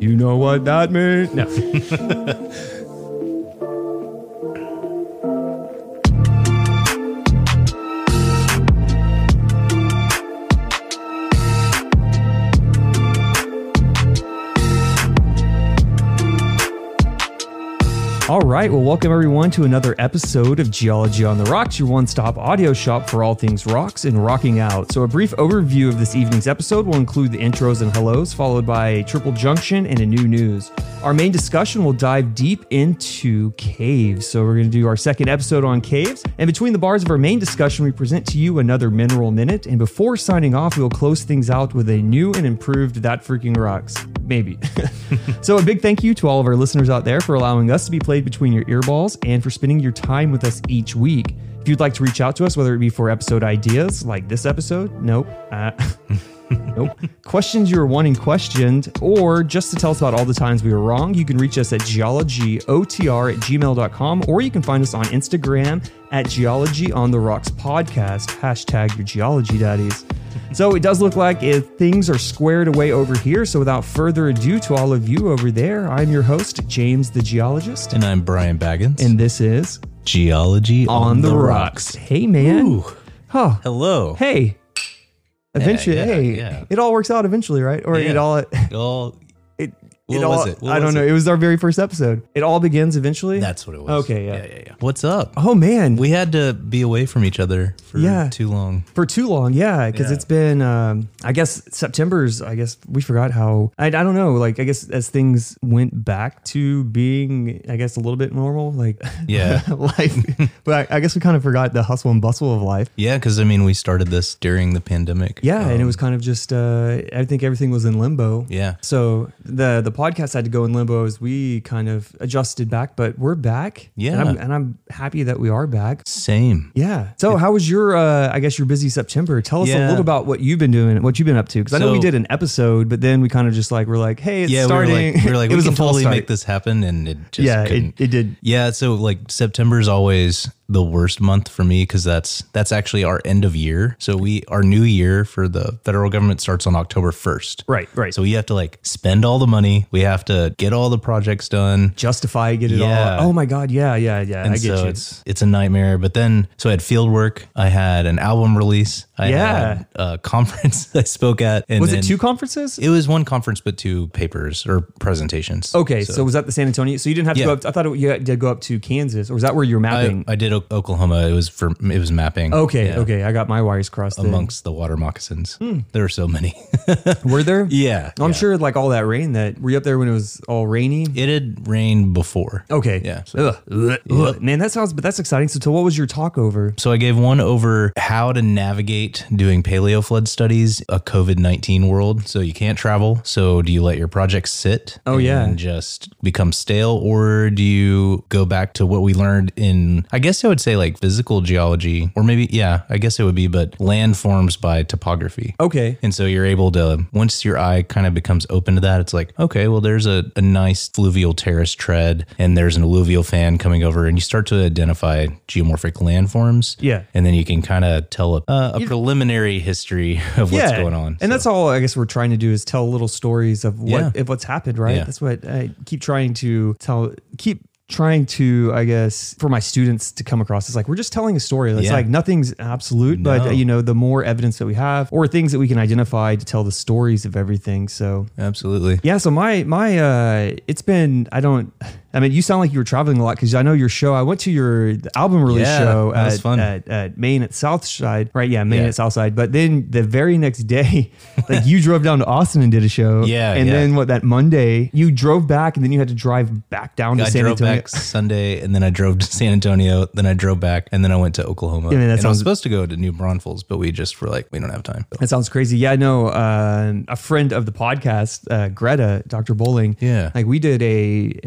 You know what that means? No. All right, well, welcome everyone to another episode of Geology on the Rocks, your one stop audio shop for all things rocks and rocking out. So, a brief overview of this evening's episode will include the intros and hellos, followed by a triple junction and a new news. Our main discussion will dive deep into caves. So, we're going to do our second episode on caves. And between the bars of our main discussion, we present to you another Mineral Minute. And before signing off, we'll close things out with a new and improved That Freaking Rocks. Maybe. So, a big thank you to all of our listeners out there for allowing us to be played between your earballs and for spending your time with us each week. If you'd like to reach out to us, whether it be for episode ideas like this episode, nope, uh, nope, questions you were wanting questioned, or just to tell us about all the times we were wrong, you can reach us at geologyotr at gmail.com or you can find us on Instagram at geology on the rocks podcast, hashtag your geology daddies. So it does look like it, things are squared away over here. So without further ado to all of you over there, I'm your host, James the Geologist. And I'm Brian Baggins. And this is Geology On the, Rocks. Hey, man. Ooh. Oh, Hello. hey. Eventually, yeah, hey, yeah. it all works out eventually, right? Or it Yeah. all, it, Oh, it, What all, was it? What I don't was know. It? was our very first episode. It all begins eventually. that's what it was. Okay, yeah. yeah, yeah, What's up? oh man, We had to be away from each other for Yeah. too long. for too long yeah because it's been um i guess september's i guess we forgot how I, I don't know like i guess as things went back to being i guess a little bit normal like Yeah. life but I, I guess we kind of forgot the hustle and bustle of life Yeah, because I mean, we started this during the pandemic. yeah and it Um, was kind of just uh i think everything was in limbo Yeah. so the the podcast had to go in limbo as we kind of adjusted back but we're back Yeah. and i'm, and I'm happy that we are back Same. Yeah. So, how was your? Uh, I guess your busy September. Tell us a Yeah. little about what you've been doing, what you've been up to. Because I know we So- did an episode, but then we kind of just like we're like, hey, it's yeah, starting. we were like, we were it like, we was can a full totally start. make this happen, and it just Yeah, couldn't. it, it did. Yeah, so like September is always the worst month for me because that's that's actually our end of year. So we our new year for the federal government starts on October first. Right, right. So we have to like spend all the money. We have to get all the projects done. Justify, get it Yeah. all. Oh my God. Yeah, yeah, yeah. I And get so you. it's it's a nightmare. But then so I had field work. I had an album release. I Yeah. had a conference I spoke at. And was then- it two conferences? It was one conference, but two papers or presentations. okay. So, was that the San Antonio? So you didn't have to Yeah. go up. To, I thought it, you had to go up to Kansas, or was that where you were I, mapping? I did O- Oklahoma. It was for it was mapping. okay, Yeah. okay. I got my wires crossed. then. amongst the water moccasins. There are so many. were there? yeah. Hmm. I'm sure like all that rain that were you up there when it was all rainy? It had rained before. Okay. Yeah, so- Ugh, ugh, ugh. Man, that sounds, but that's exciting. So, so what was your talk over? So I gave one over how to navigate doing paleo flood studies, a COVID 19 world. So you can't travel. So do you let your project sit? Oh, yeah. And just become stale? Or do you go back to what we learned in, I guess I would say like physical geology, or maybe, yeah, I guess it would be, but landforms by topography. Okay. And so you're able to, once your eye kind of becomes open to that, it's like, okay, well, there's a, a nice fluvial terrace tread and there's an alluvial fan coming over, and you start to identify geomorphic landforms. Yeah. And then you can kind of tell a, uh, a preliminary history of what's going on. And that's all I guess we're trying to do is tell little stories of what Yeah. of what's happened, right? Yeah. That's what I keep trying to tell keep trying to I guess for my students to come across it's like we're just telling a story. It's Yeah. like nothing's absolute, but uh, No. you know, the more evidence that we have or things that we can identify to tell the stories of everything. So absolutely. Yeah, so my my uh it's been I don't I mean you sound like you were traveling a lot cuz I know your show I went to your album release Yeah, show that was at, fun. at at Maine at Southside. Right, yeah, Maine Yeah. at Southside. But then the very next day like you drove down to Austin and did a show. Yeah, And yeah. then what that Monday you drove back and then you had to drive back down to I San drove Antonio. back Sunday and then I drove to San Antonio. Then I drove back and then I went to Oklahoma. Yeah, man, that and I sounds- was supposed to go to New Braunfels, but we just were like, we don't have time. That sounds crazy. Yeah, no. Um, a friend of the podcast, uh, Greta, Dr. uh, Bowling. Yeah. like we did a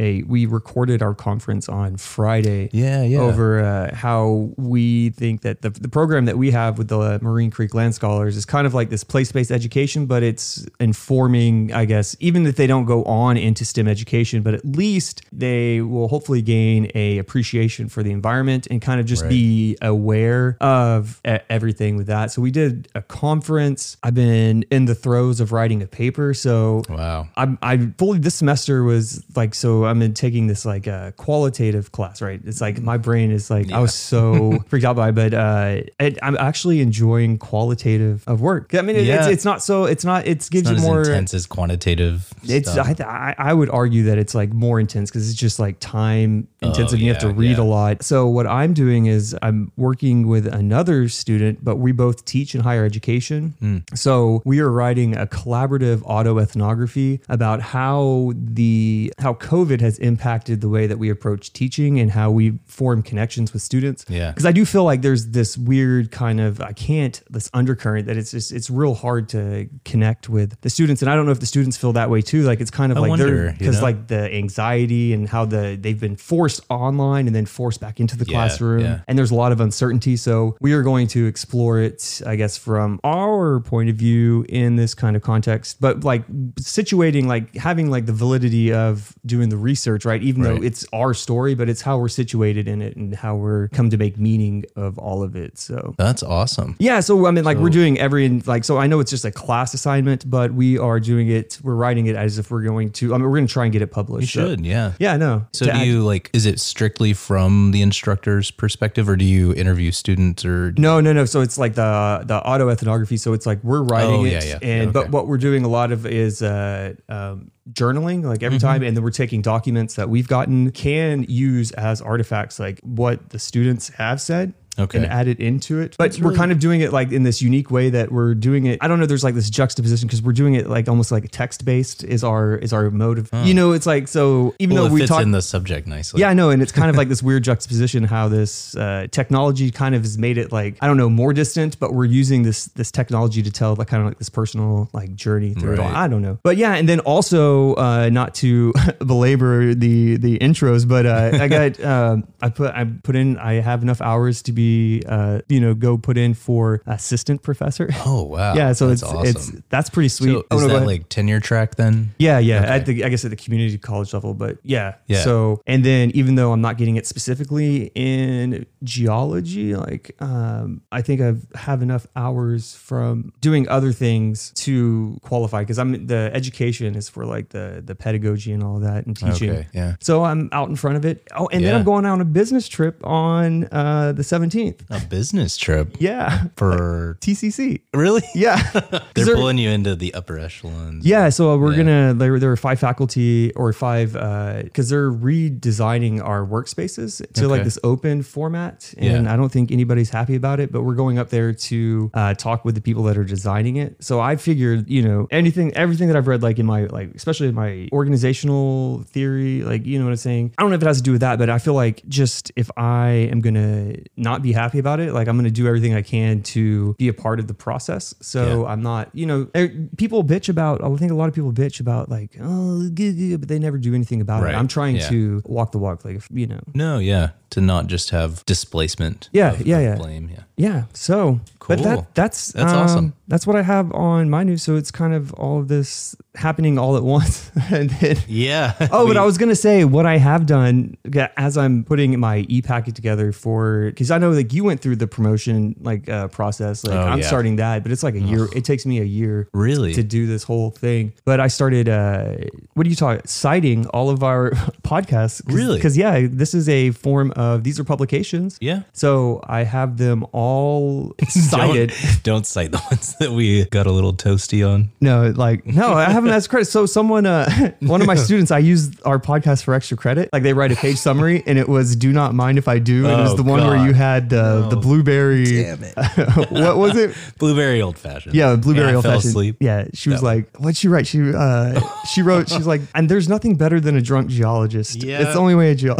a we recorded our conference on Friday Yeah, yeah. over uh, how we think that the, the program that we have with the Marine Creek Land Scholars is kind of like this place based education, but it's informing, I guess, even if they don't go on into STEM education, but at least they will hopefully gain a appreciation for the environment and kind of just be aware of e- everything with that. So we did a conference. I've been in the throes of writing a paper, so Wow. I'm I fully this semester was like so I'm in taking this like uh, qualitative class right it's like my brain is like I was so freaked out by it, but uh it, I'm actually enjoying qualitative of work I mean it, it's, Yeah. it's not so it's not it gives Not you as more intense as quantitative. it's stuff. I, th- I I would argue that it's like more intense because it's just like time intensive and you have to Oh, yeah, read yeah. a lot. So what I'm doing is I'm working with another student, but we both teach in higher education. Hmm. So we are writing a collaborative autoethnography about how the how COVID has impacted the way that we approach teaching and how we form connections with students. Yeah. Because I do feel like there's this weird kind of I can't this undercurrent that it's just it's real hard to connect with the students, and I don't know if the students feel that way too. Like it's kind of like they're wonder, you because know? like the anxiety and how the they've been forced online and then forced back into the classroom, yeah. and there's a lot of uncertainty. So we are going to explore it, I guess, from our point of view in this kind of context, but like situating like having like the validity of doing the research, right? Even Right. though it's our story, but it's how we're situated in it and how we're come to make meaning of all of it. So That's awesome. yeah, so I mean, like we're doing every like, so I know it's just a class assignment, but we are doing it. We're writing it as if we're going to. I mean, we're going to try and get it published. You should, yeah. yeah, I know. So To do add- you like is it strictly from the instructor's perspective or do you interview students or No, no, no. So it's like the the autoethnography. So it's like we're writing Oh, it, yeah, yeah. and Yeah, but okay. what we're doing a lot of is uh, um, journaling, like every Mm-hmm. time, and then we're taking documents that we've gotten can use as artifacts, like what the students have said. Okay. And add it into it. But we're kind of doing it like in this unique way that we're doing it. I don't know, there's like this juxtaposition because we're doing it like almost like text based is our is our mode of you know, it's like so even well, though it we fits talk in the subject nicely. yeah, I know. And it's kind of like this weird juxtaposition how this uh, technology kind of has made it like, I don't know, more distant, but we're using this this technology to tell like kind of like this personal like journey through it all. Right. I don't know. But yeah, and then also uh, not to belabor the the intros, but uh, I got um, I put I put in I have enough hours to be uh, you know, go put in for assistant professor. Oh wow. yeah, so That's it's it's that's pretty sweet. So Oh, is no, go that ahead. like tenure track then? Yeah, yeah. At the, I guess at the community college level, but yeah. Yeah. So, and then even though I'm not getting it specifically in geology, like um, I think I have enough hours from doing other things to qualify because I'm the education is for like the the pedagogy and all that and teaching. Okay. Yeah. So I'm out in front of it. Oh, and then Yeah. I'm going on a business trip on uh, the 17th. A business trip Yeah, for TCC. really? Yeah. They're there- pulling you into the upper echelons. Yeah, so we're gonna there, there are five faculty or five because they're redesigning our workspaces to like Okay. this open format, and Yeah. I don't think anybody's happy about it. But we're going up there to uh, talk with the people that are designing it. So I figured, you know, anything, everything that I've read, like in my like especially in my organizational theory, like you know what I'm saying. I don't know if it has to do with that, but I feel like just if I am gonna not be happy about it, like I'm gonna do everything I can to be a part of the process. So I'm not, you know, er, people bitch about. I think a lot of people bitch about like, oh, g- g- but they never do anything about Right. it. I'm trying Yeah. to walk the walk, like if, you know. No, yeah. To not just have displacement. Yeah, of- yeah, of yeah. Blame. Yeah. Yeah. So, but Cool. that that's That's um, awesome. That's what I have on my news. So it's kind of all of this happening all at once, and then Yeah. Oh, We- but I was gonna say what I have done yeah, as I'm putting my e packet together for because I know like you went through the promotion like uh, process. Like Oh, I'm yeah. starting that, but it's like a year. It takes me a year Really? to do this whole thing. But I started. Uh, what do you talk? Citing all of our podcasts. Cause, Really? Because yeah, this is a form of these are publications. Yeah. So I have them all cited. Don't, don't cite the ones that we got a little toasty on. No, like no, I haven't asked credit. So someone, uh, one of my students, I used our podcast for extra credit. Like they write a page summary, and it was "Do not mind if I do." And it was Oh, the one where God. you had uh, the the blueberry. it. what was it? Blueberry old fashioned. Yeah, blueberry And I old fell fashioned. asleep. Yeah, she was like, "What'd she write?" She uh, she wrote, she's like, "And there's nothing better than a drunk geologist. Yeah. it's the only way a geo." all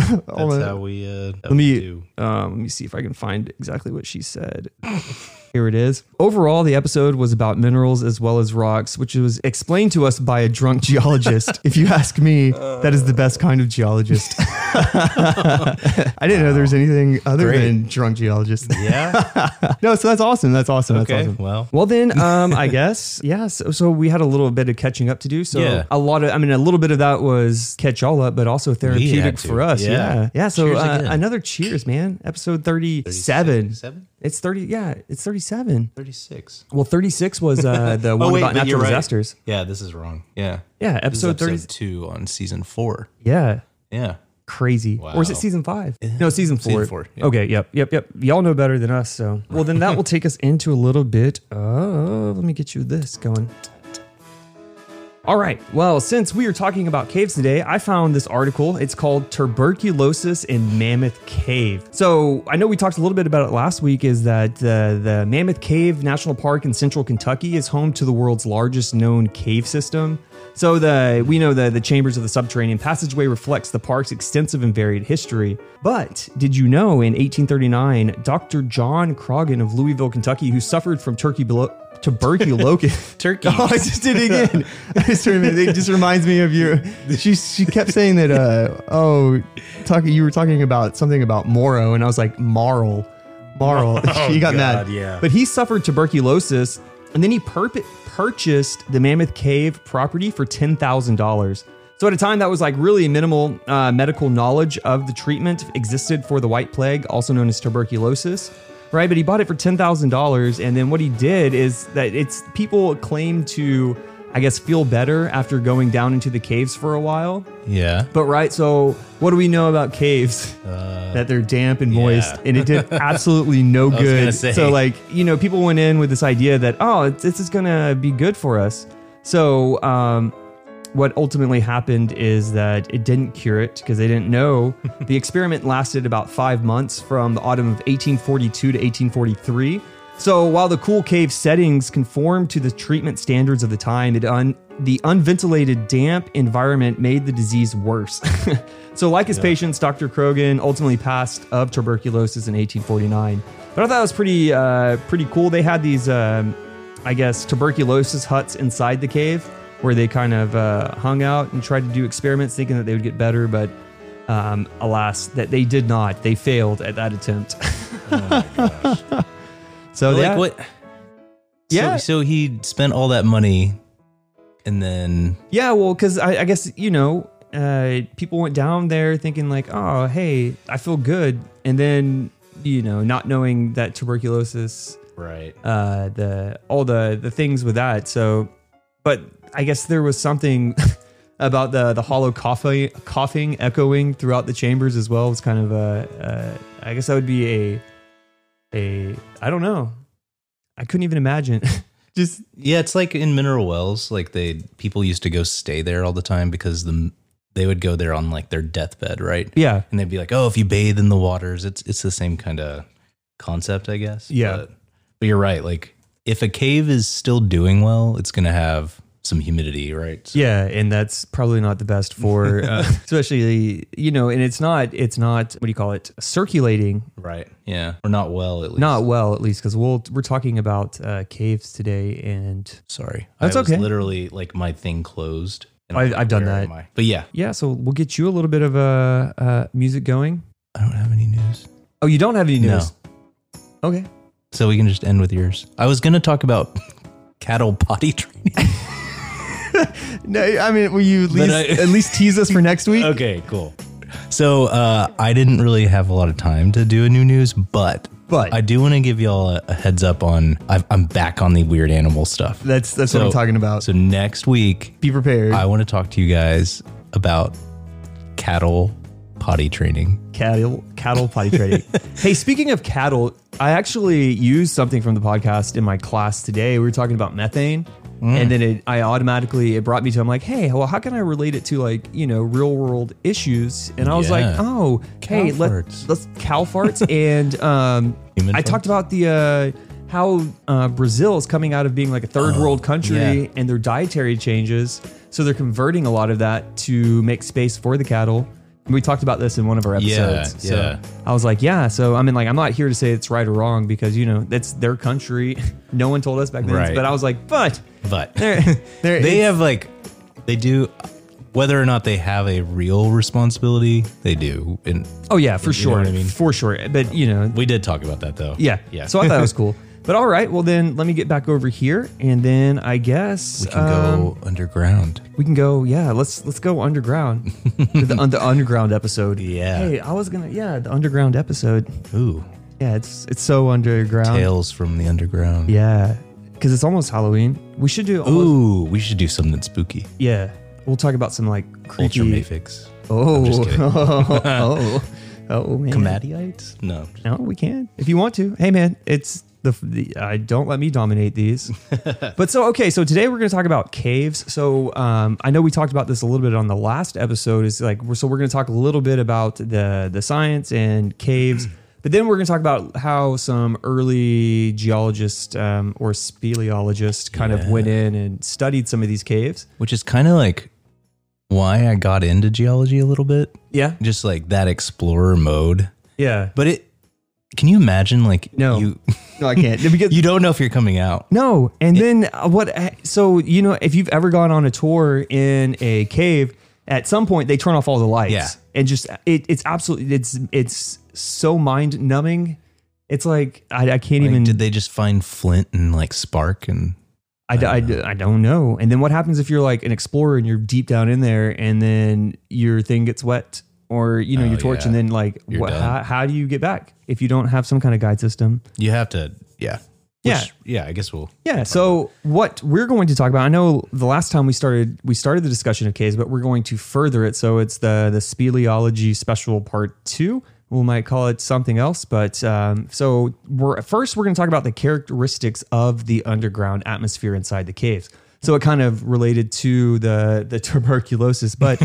That's the- how we. Uh, let me um, let me see if I can find exactly what she said. Here it is. Overall, the episode was about minerals as well as rocks, which was explained to us by a drunk geologist. if you ask me, that is the best kind of geologist. I didn't know there was anything other Great. than drunk geologists. Yeah. no, so that's awesome. That's awesome. Okay, That's awesome. well. well then, um, I guess yeah. So, so we had a little bit of catching up to do. So Yeah. a lot of, I mean, a little bit of that was catch all up, but also therapeutic to. for us. Yeah. Yeah, yeah. so Cheers uh, again. another cheers, man. Episode thirty-seven. Seven? It's thirty. Yeah, it's thirty-seven. 36. Well, thirty-six was uh, the one Oh, wait, about but natural you're right. disasters. Yeah, this is wrong. Yeah. Yeah, This is episode thirty. episode two on season four. Yeah. Yeah. crazy. Or is it Wow. season five? No, season four. four, yeah. Okay, yep, yep, yep. Y'all know better than us. So, well, then that will take us into a little bit of, let me get you this going. All right. Well, since we are talking about caves today, I found this article. It's called Tuberculosis in Mammoth Cave. So I know we talked a little bit about it last week, is that uh, the Mammoth Cave National Park in central Kentucky is home to the world's largest known cave system. So the we know that the chambers of the subterranean passageway reflects the park's extensive and varied history. But did you know in 1839, Dr. John Croghan of Louisville, Kentucky, who suffered from turkey below tuberculosis Turkey. Oh, I just did it again. I just remember, it just reminds me of you. She she kept saying that. Uh, oh, talking you were talking about something about Morrow, and I was like Marl, Marl. she got Oh, God, mad. yeah. But he suffered tuberculosis, and then he perp- purchased the Mammoth Cave property for ten thousand dollars. So at a time that was like really minimal uh, medical knowledge of the treatment existed for the white plague, also known as tuberculosis right? But he bought it for ten thousand dollars, and then what he did is that it's people claim to, I guess, feel better after going down into the caves for a while. Yeah. But right, so what do we know about caves? that they're damp and moist, Uh, yeah. and it did absolutely no was gonna good. say. So like you know, people went in with this idea that oh, it's, this is gonna be good for us. So um, what ultimately happened is that it didn't cure it because they didn't know. the experiment lasted about five months from the autumn of 1842 to 1843. So while the cool cave settings conformed to the treatment standards of the time, it un- the unventilated, damp environment made the disease worse. so, like his patients, Dr. Krogan ultimately passed of tuberculosis in 1849. But I thought it was pretty, uh, pretty cool. They had these um, I guess, tuberculosis huts inside the cave where they kind of uh, hung out and tried to do experiments thinking that they would get better, but um, alas, that they did not. They failed at that attempt. so But, yeah, Oh Like what? Yeah. So, so he spent all that money and then yeah, well, because I, I guess you know, uh, people went down there thinking like, oh, hey, I feel good, and then you know, not knowing that tuberculosis Right. uh, the all the the things with that. So, but I guess there was something about the the hollow coughing, coughing echoing throughout the chambers as well. It was kind of a, a I guess that would be a a I don't know. I couldn't even imagine. Just Yeah, it's like in mineral wells, like they people used to go stay there all the time because the they would go there on like their deathbed, right? yeah, And they'd be like, "Oh, if you bathe in the waters, it's it's the same kind of concept, I guess." Yeah. But, but you're right. Like if a cave is still doing well, it's going to have some humidity, right? So- yeah, and that's probably not the best for uh, especially you know, and it's not it's not what do you call it circulating Right. Yeah. Or not well at least. not well at least because we'll we're talking about uh, caves today and Sorry. That's I was okay. Literally like my thing closed. and I- I'm like, I've done where that. am I? But yeah, Yeah, so we'll get you a little bit of uh, uh, music going. I don't have any news. Oh, you don't have any news? Okay. So we can just end with yours. I was going to talk about cattle potty training. No, I mean, will you at But I- least tease us for next week? okay, cool. So uh, I didn't really have a lot of time to do a new news, but But- I do want to give y'all a, a heads up on I've, I'm back on the weird animal stuff. That's that's what I'm So- talking about. So next week Be prepared. I want to talk to you guys about cattle potty training. cattle cattle potty training. hey, speaking of cattle, I actually used something from the podcast in my class today. We were talking about methane, Mm. and then it, I automatically it brought me to. I'm like, hey, well, how can I relate it to like you know real world issues? And I was like, Yeah. oh, hey, Cow let's farts. let's cow farts and um, Human I farts? talked about the. Uh, how uh, Brazil is coming out of being like a third world country Oh, yeah. and their dietary changes. So they're converting a lot of that to make space for the cattle. We talked about this in one of our episodes. Yeah, so yeah. I was like, yeah. So I mean, like, I'm not here to say it's right or wrong because you know that's their country. no one told us back then. Right. But I was like, but But there, there they it's- have like they do whether or not they have a real responsibility, they do. And Oh yeah, for sure. know what I mean? For sure. But you know, we did talk about that though. yeah. Yeah. So I thought it was cool. But all right, well then let me get back over here and then I guess uh, we can go um, underground. we can go yeah, let's let's go underground. To the, the underground episode. Yeah. Hey, I was gonna yeah, the underground episode. Ooh. Yeah, it's it's so underground. Tales from the underground. Um, Yeah. Cause it's almost Halloween. We should do almost, Ooh, we should do something spooky. yeah. We'll talk about some like Ultra creepy Mafix. Oh, just kidding. oh, oh, oh, man. Commadiites? No. No, we can if you want to. Hey, man, it's the, the I don't let me dominate these. but so okay, so today we're going to talk about caves. So um, I know we talked about this a little bit on the last episode. Is like we're, so we're going to talk a little bit about the the science and caves. But then we're going to talk about how some early geologists um, or speleologists kind of went in and studied some of these caves. Which is kind of like why I got into geology a little bit. Yeah, Just like that explorer mode. yeah. But it can you imagine like No. you No, I can't. Because you don't know if you're coming out. No, and then uh, what? So you know, if you've ever gone on a tour in a cave, at some point they turn off all the lights, Yeah. and just it, it's absolutely it's it's so mind numbing. It's like I, I can't Like, even. did they just find flint and like spark and I, I, I don't know. And then what happens if you're like an explorer and you're deep down in there, and then your thing gets wet, or you know your torch, yeah. and then like You're what? done. How, how do you get back if you don't have some kind of guide system? you have to yeah. Yeah. yeah, I guess we'll Yeah. So what we're going to talk about, I know the last time we started, we started the discussion of caves, but we're going to further it. So it's the the speleology special part two. We might call it something else, but um, so we're first we're going to talk about the characteristics of the underground atmosphere inside the caves. So it kind of related to the the tuberculosis, but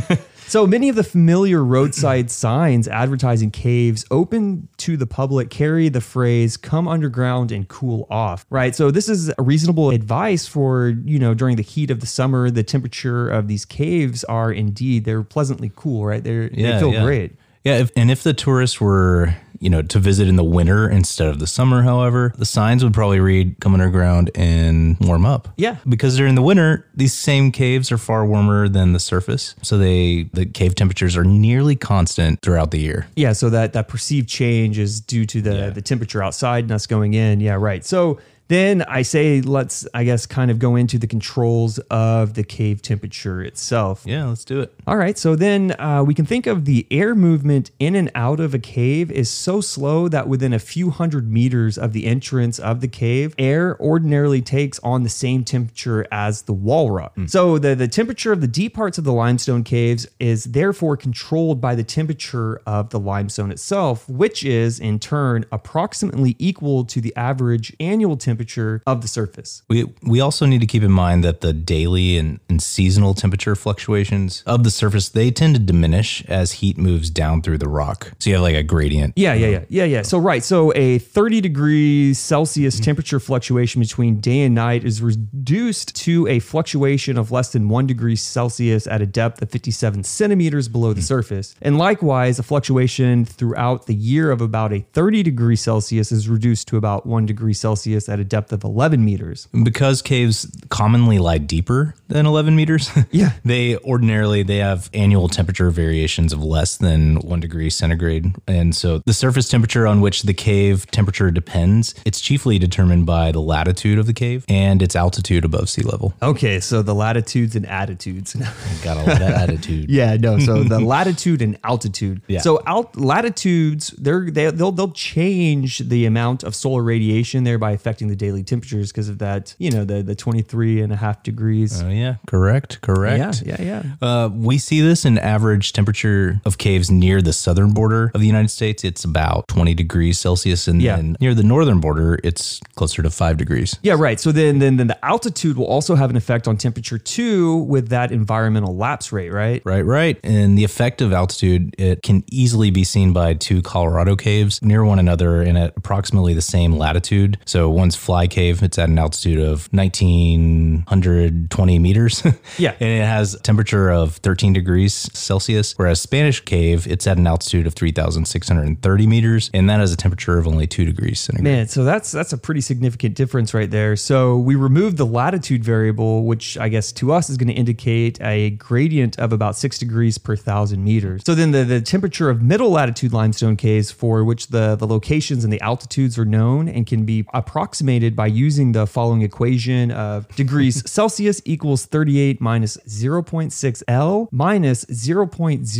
so many of the familiar roadside signs advertising caves open to the public carry the phrase "come underground and cool off." Right. So this is reasonable advice for you know during the heat of the summer. The temperature of these caves are indeed they're pleasantly cool. Right. They're they feel great. Yeah, if, and if the tourists were, you know, to visit in the winter instead of the summer, however, the signs would probably read "Come underground and warm up." Yeah. because during the winter, these same caves are far warmer than the surface, so they the cave temperatures are nearly constant throughout the year. Yeah, so that that perceived change is due to the the temperature outside and us going in. Yeah, right. So then I say let's I guess kind of go into the controls of the cave temperature itself. Yeah, let's do it. All right, so then uh, we can think of the air movement in and out of a cave is so slow that within a few hundred meters of the entrance of the cave, air ordinarily takes on the same temperature as the wall rock. So the, the temperature of the deep parts of the limestone caves is therefore controlled by the temperature of the limestone itself, which is in turn approximately equal to the average annual temperature of the surface. We we also need to keep in mind that the daily and, and seasonal temperature fluctuations of the surface they tend to diminish as heat moves down through the rock. So you have like a gradient. Yeah, yeah, yeah, yeah, yeah. So right, so a 30 degrees Celsius temperature fluctuation between day and night is reduced to a fluctuation of less than one degree Celsius at a depth of 57 centimeters below the surface, and likewise, a fluctuation throughout the year of about a 30 degree Celsius is reduced to about one degree Celsius at a depth of 11 meters. because caves commonly lie deeper than 11 meters Yeah. they ordinarily they have annual temperature variations of less than one degree centigrade and so the surface temperature on which the cave temperature depends it's chiefly determined by the latitude of the cave and its altitude above sea level Okay, so the latitudes and attitudes. got all that attitude Yeah, no. So the latitude and altitude. Yeah. So alt- latitudes, they're they, they'll they'll change the amount of solar radiation, thereby affecting the daily temperatures because of that. You know, the the 23 and a half degrees. oh yeah correct correct yeah, yeah, yeah. Uh, we see this in average temperature of caves near the southern border of the United States. It's about 20 degrees Celsius. And Yeah. then near the northern border, it's closer to five degrees. Yeah, right. So then, then, then the altitude will also have an effect on temperature too, with that environmental lapse rate, right? Right, right. And the effect of altitude, it can easily be seen by two Colorado caves near one another and at approximately the same latitude. So one's Fly Cave, it's at an altitude of 1920 meters. meters. Yeah. and it has temperature of 13 degrees Celsius, whereas Spanish Cave, it's at an altitude of 3,630 meters, and that has a temperature of only 2 degrees centigrade. Man, so that's that's a pretty significant difference right there. So we removed the latitude variable, which I guess to us is going to indicate a gradient of about six degrees per thousand meters. So then the, the temperature of middle latitude limestone caves for which the, the locations and the altitudes are known and can be approximated by using the following equation of degrees Celsius equals 38 minus 0.6 L minus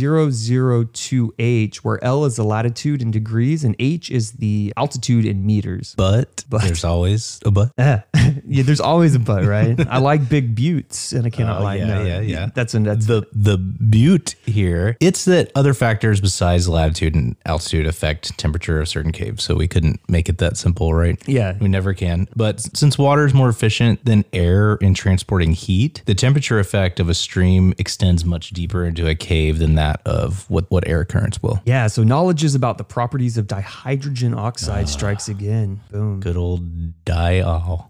0.002 H, where L is the latitude in degrees and H is the altitude in meters. But, there's always a but. Eh. yeah, there's always a but, right? I like big buttes, and I cannot Oh, like yeah, no. yeah, yeah. That's an that's the the butte here. It's that other factors besides latitude and altitude affect temperature of certain caves. So we couldn't make it that simple, right? Yeah. We never can. But s- since water is more efficient than air in transporting heat, the temperature effect of a stream extends much deeper into a cave than that of what, what air currents will. yeah. So knowledge is about the properties of dihydrogen Ah. oxide strikes again. Boom. Good old diol.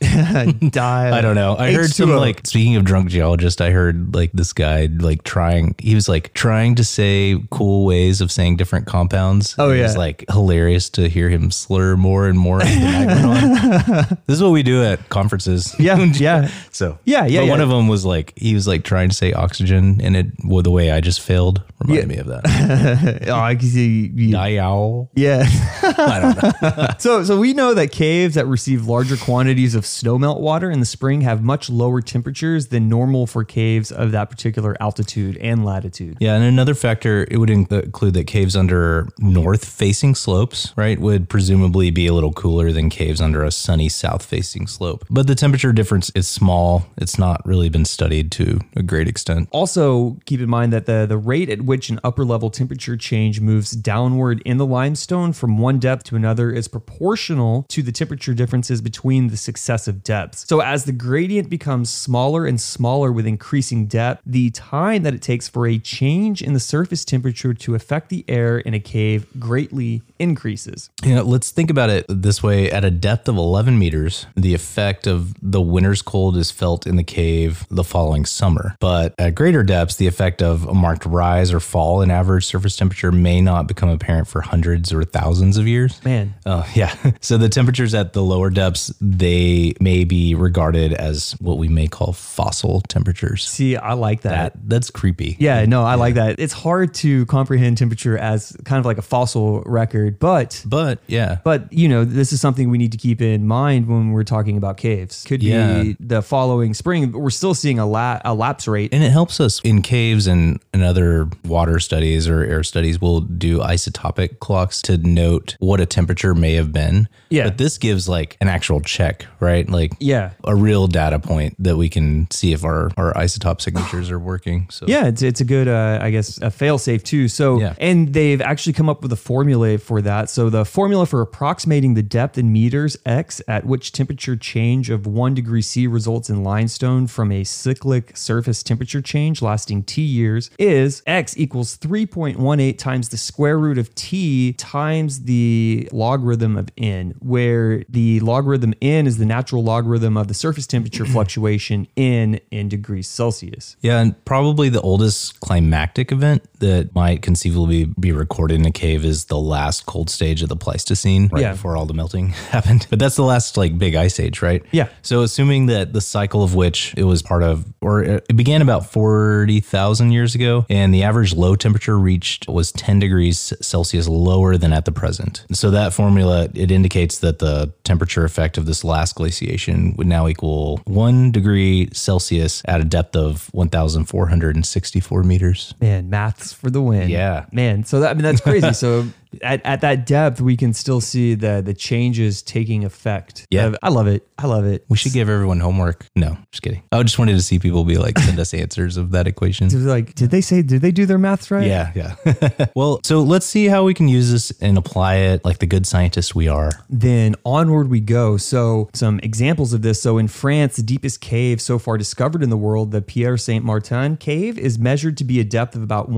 Di- I don't know. I heard some H2O. like speaking of drunk geologist, I heard like this guy like trying he was like trying to say cool ways of saying different compounds. Oh, It was yeah. like hilarious to hear him slur more and more. as the night went on. this is what we do at conferences. Yeah, yeah. So Yeah, yeah, But yeah. one of them was like he was like trying to say oxygen, and it well, the way I just failed reminded me of that. Oh, I can see. you- Diol. Yeah. I don't know. So, so we know that caves that receive larger quantities of snowmelt water in the spring have much lower temperatures than normal for caves of that particular altitude and latitude. Yeah, and another factor it would in- include that caves under north-facing slopes, right, would presumably be a little cooler than caves under a sunny south-facing slope. But the temperature difference is small; it's not really been studied to a great extent. Also, keep in mind that the, the rate at which an upper level temperature change moves downward in the limestone from one depth to another is proportional to the temperature differences between the successive depths. So, as the gradient becomes smaller and smaller with increasing depth, the time that it takes for a change in the surface temperature to affect the air in a cave greatly increases. You know, let's think about it this way: at a depth of 11 meters, the effect of the winter's cold is felt in the cave the following summer. But at greater depths, the effect of a marked rise or fall in average surface temperature may not become apparent for hundreds or thousands of years. Man, Oh, yeah. So the temperatures at the lower depths, they may be regarded as what we may call fossil temperatures. see, I like that. That that's creepy. Yeah, no, I like that. It's hard to comprehend temperature as kind of like a fossil record, but But yeah. But you know, this is something we need to keep in mind when we're talking about caves. Could Yeah. be the following spring. But we're still seeing a, la- a lapse rate. and it helps us in caves and, and other water studies or air studies. We'll do isotopic clocks to note what a temperature may have been. Yeah. But this gives like an actual check, right? Like Yeah, a real data point that we can see if our, our isotope signatures are working. So yeah, it's it's a good, uh, I guess, a fail safe too. So, Yeah. and they've actually come up with a formula for that. So the formula for approximating the depth in meters x at which temperature change of one degree C results in limestone from a cyclic surface temperature change lasting t years is x equals three point one eight times the square root of t times the logarithm of n, where the logarithm n is the natural logarithm of the surface temperature fluctuation n in degrees Celsius. Yeah, and probably the oldest climactic event that might conceivably be recorded in a cave is the last cold stage of the Pleistocene, right Yeah. before all the melting happened. But that's the last like big ice age, right? Yeah. So assuming that the cycle of which it was part of, or it began about forty thousand years ago, and the average low temperature reached was ten degrees Celsius lower than at the present. So that formula it indicates that the temperature effect of this last glaciation would now equal one degree Celsius at a depth of one thousand four hundred and sixty-four meters. Man, maths for the win. Yeah. Man, so that, I mean that's crazy. so at, at that depth we can still see the the changes taking effect. Yeah. Uh, I love it. I love it. We should give everyone homework. No, just kidding. I just wanted to see people be like send us answers of that equation. It was like, did they say did they do their maths right? Yeah, yeah. well, so let's see how we can use this and apply it like the good scientists we are. Then onward we go. So some examples of this. So in France, the deepest cave so far discovered in the world, the Pierre Saint Martin cave, is measured to be a depth of about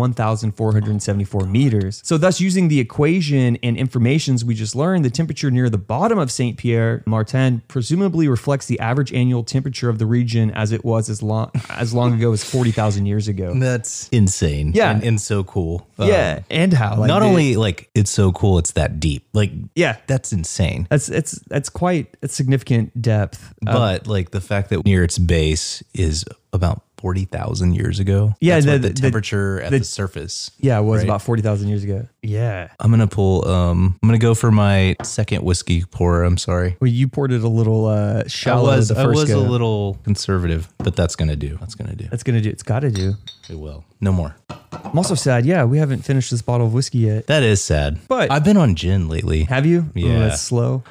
1,474 meters. So thus using the equation and informations we just learned, the temperature near the bottom of Saint Pierre Martin presumably reasonably reflects the average annual temperature of the region as it was as long as long ago as forty thousand years ago. That's insane. Yeah. And, and so cool. Um, yeah, and how? Like, not the- only like it's so cool, it's that deep. Like yeah, that's insane. that's it's that's quite a significant depth. Uh, but like the fact that near its base is about forty thousand years ago. Yeah, that's what the- the, the- temperature at the- the, surface. yeah, it was about forty thousand years ago. Yeah. I'm gonna pull. Um, I'm gonna go for my second whiskey pour. I'm sorry. Well, you poured it a little uh, I shallow. was the I first was go. a little conservative, but that's gonna do. That's gonna do. That's gonna do. It's got to do. It will. No more. I'm also sad. Yeah, we haven't finished this bottle of whiskey yet. That is sad. But- I've been on gin lately. Have you? Yeah. Oh, that's slow.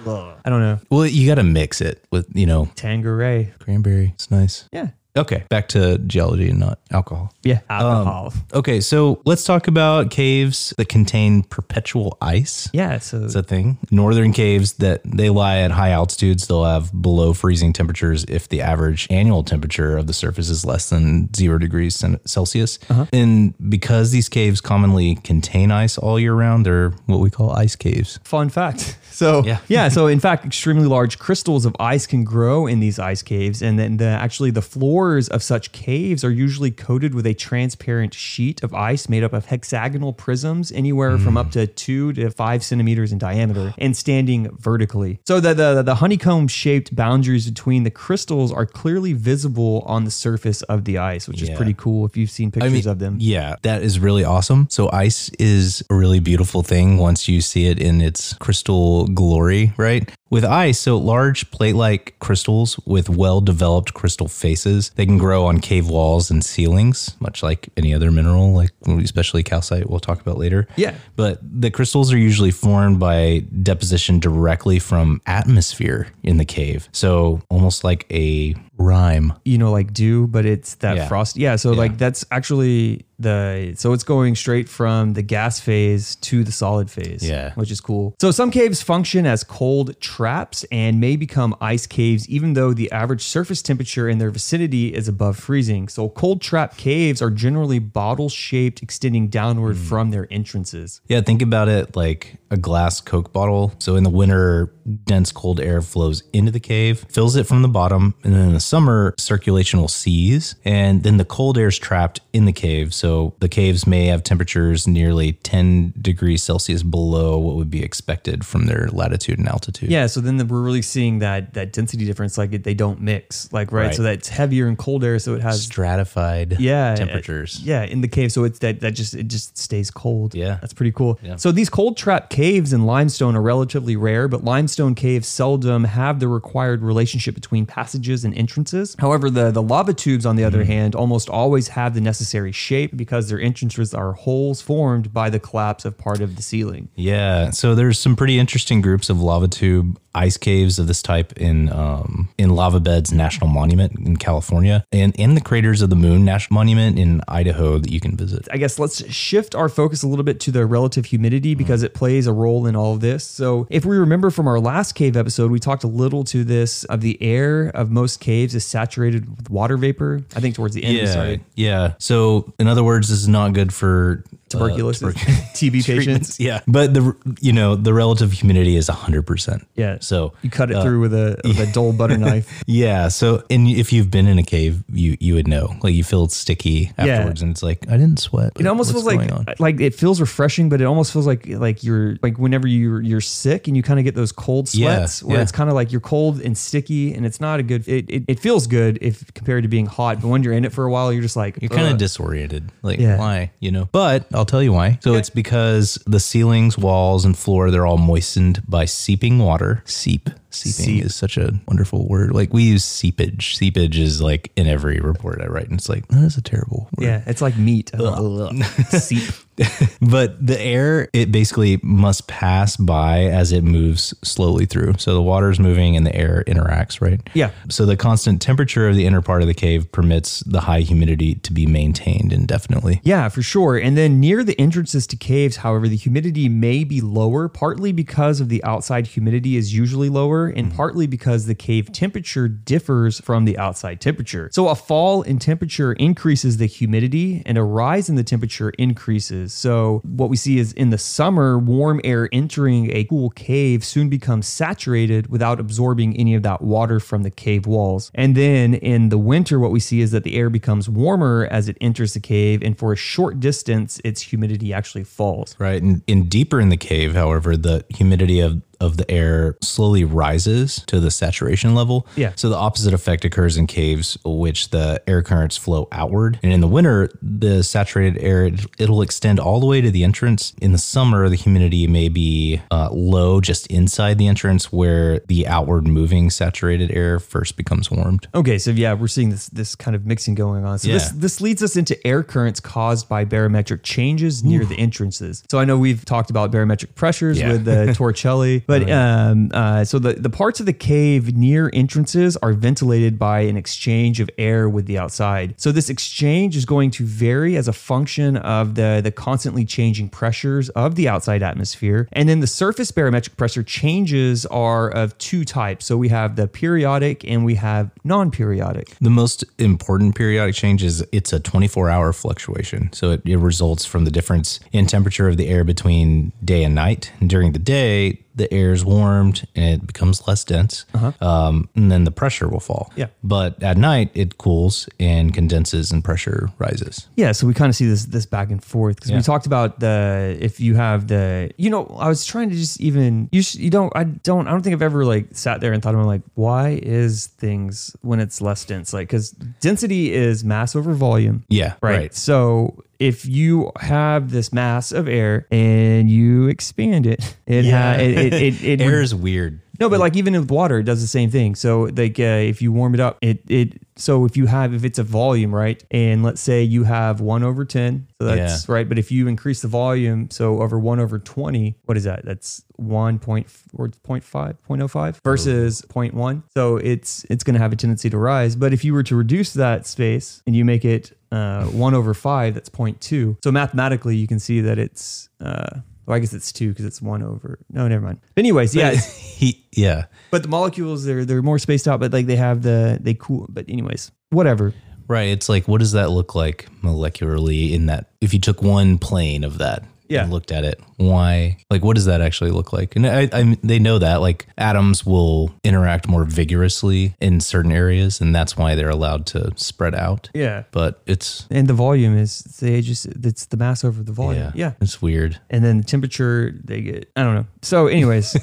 I don't know. Well, you got to mix it with you know Tangeray. cranberry. It's nice. Yeah. Okay, back to geology and not alcohol. Yeah. Alcohol. Okay, so let's talk about caves that contain perpetual ice. yeah. So, It's a thing. Northern caves that they lie at high altitudes, they'll have below freezing temperatures if the average annual temperature of the surface is less than zero degrees cen- Celsius. And because these caves commonly contain ice all year round, they're what we call ice caves. fun fact. So, Yeah. yeah. So, in fact, extremely large crystals of ice can grow in these ice caves. And then the, actually, the floors of such caves are usually coated with a transparent sheet of ice made up of hexagonal prisms, anywhere from Mm. up to two to five centimeters in diameter and standing vertically. So, the, the, the honeycomb shaped boundaries between the crystals are clearly visible on the surface of the ice, which is Yeah. pretty cool if you've seen pictures of them. Yeah, that is really awesome. So ice is a really beautiful thing once you see it in its crystal glory, right? With ice, so large plate-like crystals with well-developed crystal faces, they can grow on cave walls and ceilings, much like any other mineral, like especially calcite. We'll talk about later. Yeah. But the crystals are usually formed by deposition directly from atmosphere in the cave. So almost like a rime. you know, like dew, but it's that Yeah. frost. Yeah. So like that's actually the so it's going straight from the gas phase to the solid phase. Yeah. Which is cool. So some caves function as cold traps and may become ice caves, even though the average surface temperature in their vicinity is above freezing. So cold trap caves are generally bottle shaped, extending Hmm. downward from their entrances. Yeah, think about it like a glass Coke bottle. So in the winter, dense cold air flows into the cave, fills it from the bottom, and then in the summer, circulation will cease, and then the cold air is trapped in the cave. So the caves may have temperatures nearly 10 degrees Celsius below what would be expected from their latitude and altitude. Yeah, so then the, we're really seeing that that density difference, like it, they don't mix, like right? Right. So that's heavier in cold air, so it has Stratified yeah temperatures. yeah in the cave so it's that that just it just stays cold Yeah. that's pretty cool so these cold trap caves in limestone are relatively rare but limestone caves seldom have the required relationship between passages and entrances however the the lava tubes on the Mm-hmm. other hand almost always have the necessary shape because their entrances are holes formed by the collapse of part of the ceiling Yeah, so there's some pretty interesting groups of lava tube ice caves of this type in um, in Lava Beds National Monument in California, and in the Craters of the Moon National Monument in Idaho that you can visit. I guess let's shift our focus a little bit to the relative Mm-hmm. humidity because it plays a role in all of this. So, if we remember from our last cave episode, we talked a little to this of the air of most caves is saturated with water vapor. I think towards the end, sorry, yeah. Uh, So in other words, this is not good for uh, tuberculosis, TB patients. treatments. Yeah, but the you know the relative humidity is hundred percent. Yeah. So You cut it through with a, with a dull butter knife. Yeah. So, and if you've been in a cave, you you would know. Like you feel sticky afterwards, and it's like I didn't sweat. It almost feels like like it feels refreshing, but it almost feels like like you're like whenever you're you're sick and you kind of get those cold Yeah, sweats where yeah. it's kind of like you're cold and sticky and it's not a good. It, it, it feels good if compared to being hot, but when you're in it for a while, you're just like You're kind "Ugh." of disoriented. Like, Yeah. why? You know? But I'll tell you why. So it's because the ceilings, walls, and floor, they're all moistened by seeping water. Seep. Seeping Seep. is such a wonderful word. Like, we use seepage. Seepage is like in every report I write. And it's like, that is a terrible word. yeah, it's like meat. I don't know. Seep. But the air, it basically must pass by as it moves slowly through. So the water's moving and the air interacts, right? Yeah. So the constant temperature of the inner part of the cave permits the high humidity to be maintained indefinitely. Yeah, for sure. And then near the entrances to caves, however, the humidity may be lower, partly because of the outside humidity is usually lower, water, and partly because the cave temperature differs from the outside temperature. So a fall in temperature increases the humidity, and a rise in the temperature increases. So what we see is in the summer, warm air entering a cool cave soon becomes saturated without absorbing any of that water from the cave walls. And then in the winter, what we see is that the air becomes warmer as it enters the cave, and for a short distance, its humidity actually falls. Right. And, and deeper in the cave, however, the humidity of, of the air slowly rises to the saturation level. Yeah. So the opposite effect occurs in caves, which the air currents flow outward. And in the winter, the saturated air, it, it'll extend all the way to the entrance. In the summer, the humidity may be uh, low just inside the entrance where the outward moving saturated air first becomes warmed. Okay, so yeah, we're seeing this this kind of mixing going on. So this Yeah. this leads us into air currents caused by barometric changes near the entrances. So I know we've talked about barometric pressures Yeah. with the Torricelli, but um, uh, so the the parts of the cave near entrances are ventilated by an exchange of air with the outside. So this exchange is going to vary as a function of the the constantly changing pressures of the outside atmosphere, and then the surface barometric pressure changes are of two types. So we have the periodic and we have non-periodic. The most important periodic change is it's a 24 hour fluctuation. So it, it results from the difference in temperature of the air between day and night. And during the day, the air is warmed and it becomes less dense. Um, and then the pressure will fall. Uh-huh. Yeah. But at night, it cools and condenses and pressure rises. Yeah, so we kind of see this this back and forth because we talked about the if you have the you know I was trying to just even you sh- you don't I don't I don't think I've ever like sat there and thought about like why is things when it's less dense like because density is mass over volume Yeah. right? So if you have this mass of air and you expand it it ha- it, it, it, it air is weird. no, but like even with water, it does the same thing. So like uh, if you warm it up, it it so if you have if it's a volume right, and let's say you have one over ten, so that's right. But if you increase the volume, so over one over twenty, what is that? That's one point f- or 0.5, 0.05 versus 0.1. So it's it's going to have a tendency to rise. But if you were to reduce that space and you make it uh, one over five, that's 0.2. So mathematically, you can see that it's. Uh, well, I guess it's two because it's one over. No, never mind. But anyways, yeah, it's- He, yeah. but the molecules they're they're more spaced out, but like they have the they cool. But anyways, whatever. Right. It's like, what does that look like molecularly in that? If you took one plane of that Yeah. and looked at it, why? Like, what does that actually look like? And I, I, they know that like atoms will interact more vigorously in certain areas, and that's why they're allowed to spread out. Yeah. But it's And the volume is they just it's the mass over the volume. yeah, Yeah. it's weird. And then the temperature they get I don't know. So anyways.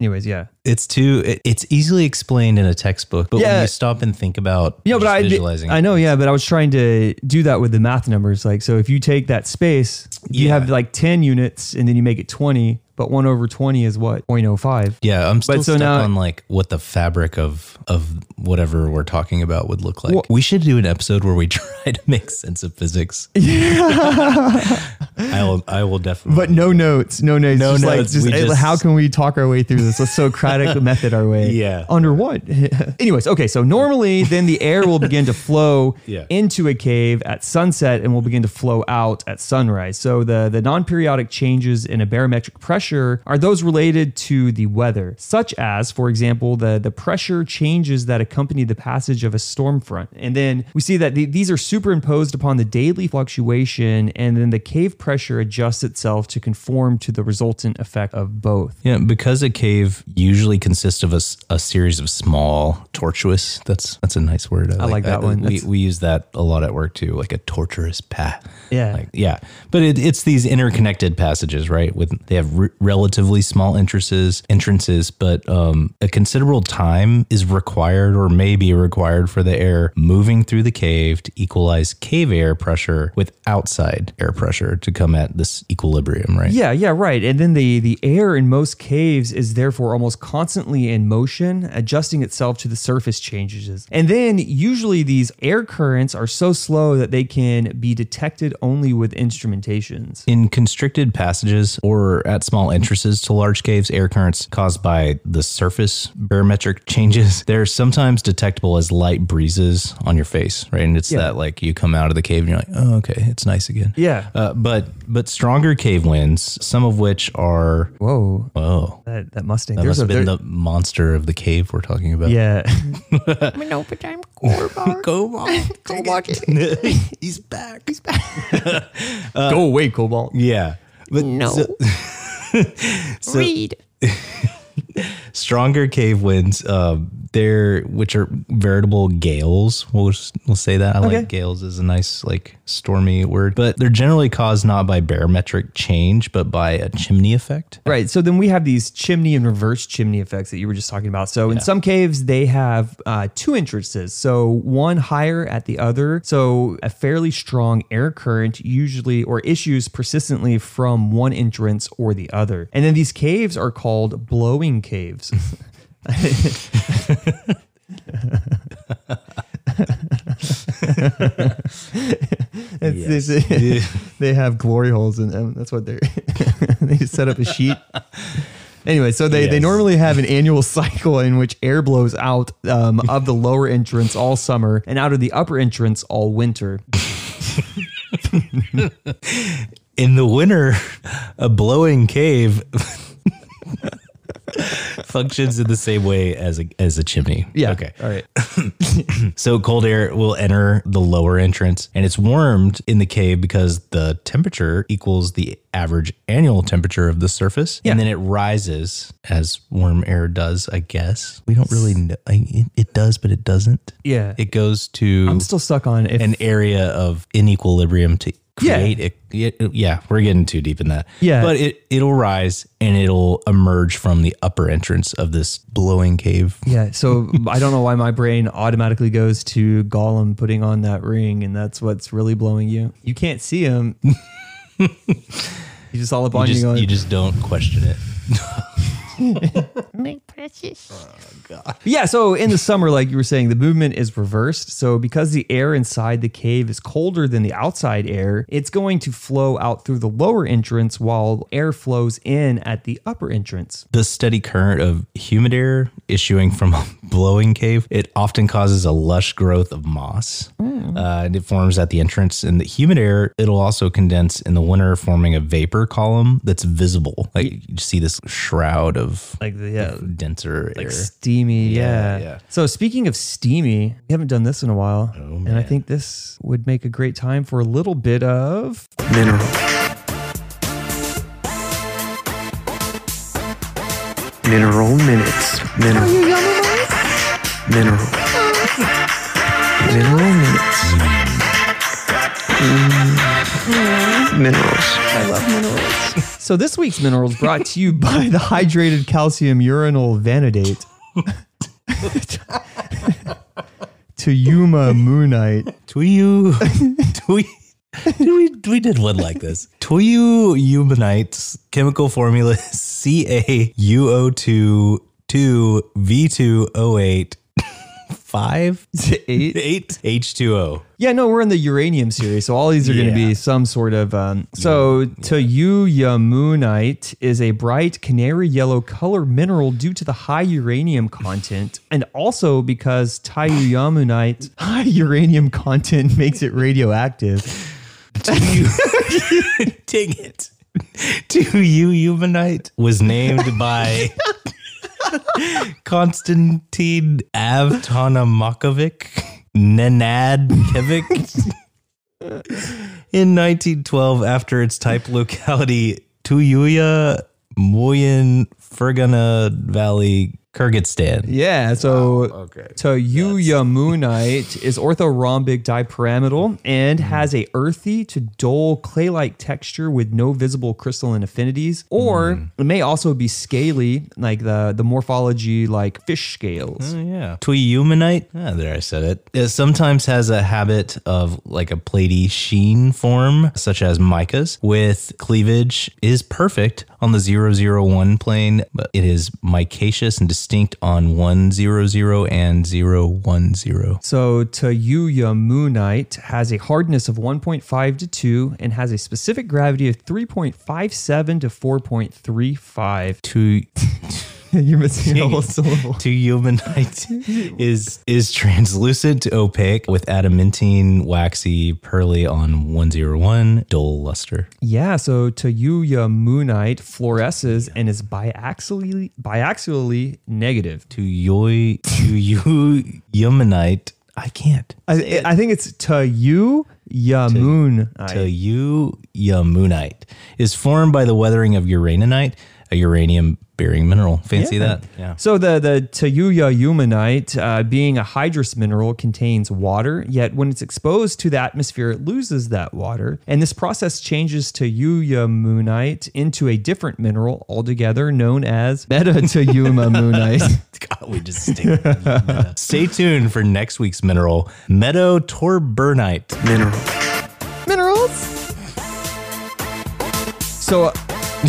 anyways, yeah. It's too. It, it's easily explained in a textbook, but when Yeah. you stop and think about Yeah, but just I visualizing, I know, yeah, but I was trying to do that with the math numbers. Like so if you take that space, you have like 10 units and then you make it 20, but 1 over 20 is what? 0.05. Yeah, I'm still so stuck now- on like what the fabric of of whatever we're talking about would look like. we should do an episode where we try to make sense of physics. I will. I will definitely. But no notes, no notes. No just Like, notes, just, we eh, just- how can we talk our way through this? Let's Socratic method our way. Yeah. Under what? Anyways, okay. So normally, then the air will begin to flow Yeah. into a cave at sunset and will begin to flow out at sunrise. So the the non periodic changes in a barometric pressure are those related to the weather, such as, for example, the the pressure changes that accompany the passage of a storm front. And then we see that the, these are superimposed upon the daily fluctuation, and then the cave pressure adjusts itself to conform to the resultant effect of both. yeah, because a cave usually consists of a, s- a series of small tortuous. That's that's a nice word. I, like that one. We, That's- we use that a lot at work too, like a tortuous path. Yeah. Like, yeah, but it, it's these interconnected passages, right? With they have re- relatively small entrances, entrances, but um, a considerable time is required, or may be required, for the air moving through the cave to equalize cave air pressure with outside air pressure to come at this equilibrium, right? Yeah, yeah, right. And then the the air in most caves is therefore almost constantly in motion, adjusting itself to the surface changes. And then usually these air currents are so slow that they can be detected only with instrumentations. In constricted passages or at small entrances to large caves, air currents caused by the surface barometric changes, they're sometimes detectable as light breezes on your face, right? And it's that like you come out of the cave and you're like, oh, okay, it's nice again. Yeah. Uh, but but stronger cave winds, some of which are Whoa, oh, that, that Mustang. that must a, have been the monster of the cave we're talking about. yeah. Cobalt, he's back. He's back. Uh, Go away, Cobalt. Yeah, but No. so- Read. stronger cave winds, um, they're which are veritable gales. We'll just, we'll say that. I Okay. like gales is a nice like stormy word, but they're generally caused not by barometric change, but by a chimney effect. Right. So then we have these chimney and reverse chimney effects that you were just talking about. So in some caves, they have uh, two entrances. So one higher at the other. So a fairly strong air current usually or issues persistently from one entrance or the other. And then these caves are called blowing caves. It's- it's- they have glory holes in them. That's what they're. they just set up a sheet. Anyway, so they, they Yes. normally have an annual cycle in which air blows out um, of the lower entrance all summer and out of the upper entrance all winter. in the winter, a blowing cave functions in the same way as a as a chimney. Yeah. Okay. All right. So cold air will enter the lower entrance and it's warmed in the cave because the temperature equals the average annual temperature of the surface. And Yeah. then it rises as warm air does, I guess. We don't really know. I, it, it does, but it doesn't. Yeah. It goes to I'm still stuck on if. an area of inequilibrium to Yeah. create a- yeah. yeah we're getting too deep in that Yeah. but it it'll rise and it'll emerge from the upper entrance of this blowing cave yeah. So I don't know why my brain automatically goes to Gollum putting on that ring, and that's what's really blowing you. You can't see him. you just all up on you, you just, going, you just don't question it My precious. Yeah, so in the summer, like you were saying, the movement is reversed. So because the air inside the cave is colder than the outside air, it's going to flow out through the lower entrance while air flows in at the upper entrance. the steady current of humid air issuing from a blowing cave it often causes a lush growth of moss uh, and it forms at the entrance and the humid air it'll also condense in the winter forming a vapor column that's visible like you see this shroud of uh, Like the yeah, denser air steamy. Yeah, yeah. So speaking of steamy, we haven't done this in a while. and I think this would make a great time for a little bit of Mineral. Mineral minutes. Mineral. Mineral. Mineral minutes. Mm. Minerals. I love So this week's minerals brought to you by the hydrated calcium urinal vanadate. Tuyuma moonite. Tuyu. Tuyu. We, we did one like this. Tuyu humanites chemical formula CaUO2 2 V208 5 Eight. 8 H2O. Yeah, no, we're in the uranium series, so all these are going to Yeah. be some sort of. Um, so Tuyuma moonite is a bright canary yellow color mineral due to the high uranium content, and also because Tuyumunite high uranium content makes it radioactive. Tuyu- Dang it. Tuyu humanite was named by Konstantin Avtonomakovic Nenadkevich in 1912 after its type locality Tuyuya Moyen Fergana Valley, Kyrgyzstan. Yeah, so Tuyuyamunite is orthorhombic dipyramidal and has a earthy to dull clay-like texture with no visible crystalline affinities, or it may also be scaly, like the the morphology like fish scales. Oh, yeah. Tuiumanite. Ah, there I said it. It sometimes has a habit of like a platy sheen form, such as micas, with cleavage is perfect on the 001 plane, but it is micaceous and distinct on 100 and 010. So Tuyuyamunite has a hardness of 1.5 to 2 and has a specific gravity of 3.57 to 4.35. Tu- You're missing a Dang whole it. syllable. to eumenite is is translucent to opaque with adamantine waxy pearly on 101 dull luster Yeah, so Tayuya Moonite fluoresces and is biaxially biaxially negative. to yoi to you eumenite i can't I, I think it's Tayuya to Moonite. you eumenite is formed by the weathering of uraninite a uranium bearing mineral fancy that yeah So the the Tayuya Eumenite, uh, being a hydrous mineral, contains water. Yet when it's exposed to the atmosphere, it loses that water, and this process changes Tayuya Moonite into a different mineral altogether, known as Meta Tayuma Moonite. God, we just stick with meta. Stay tuned for next week's mineral, Meadow Torbernite. mineral, minerals. So, uh,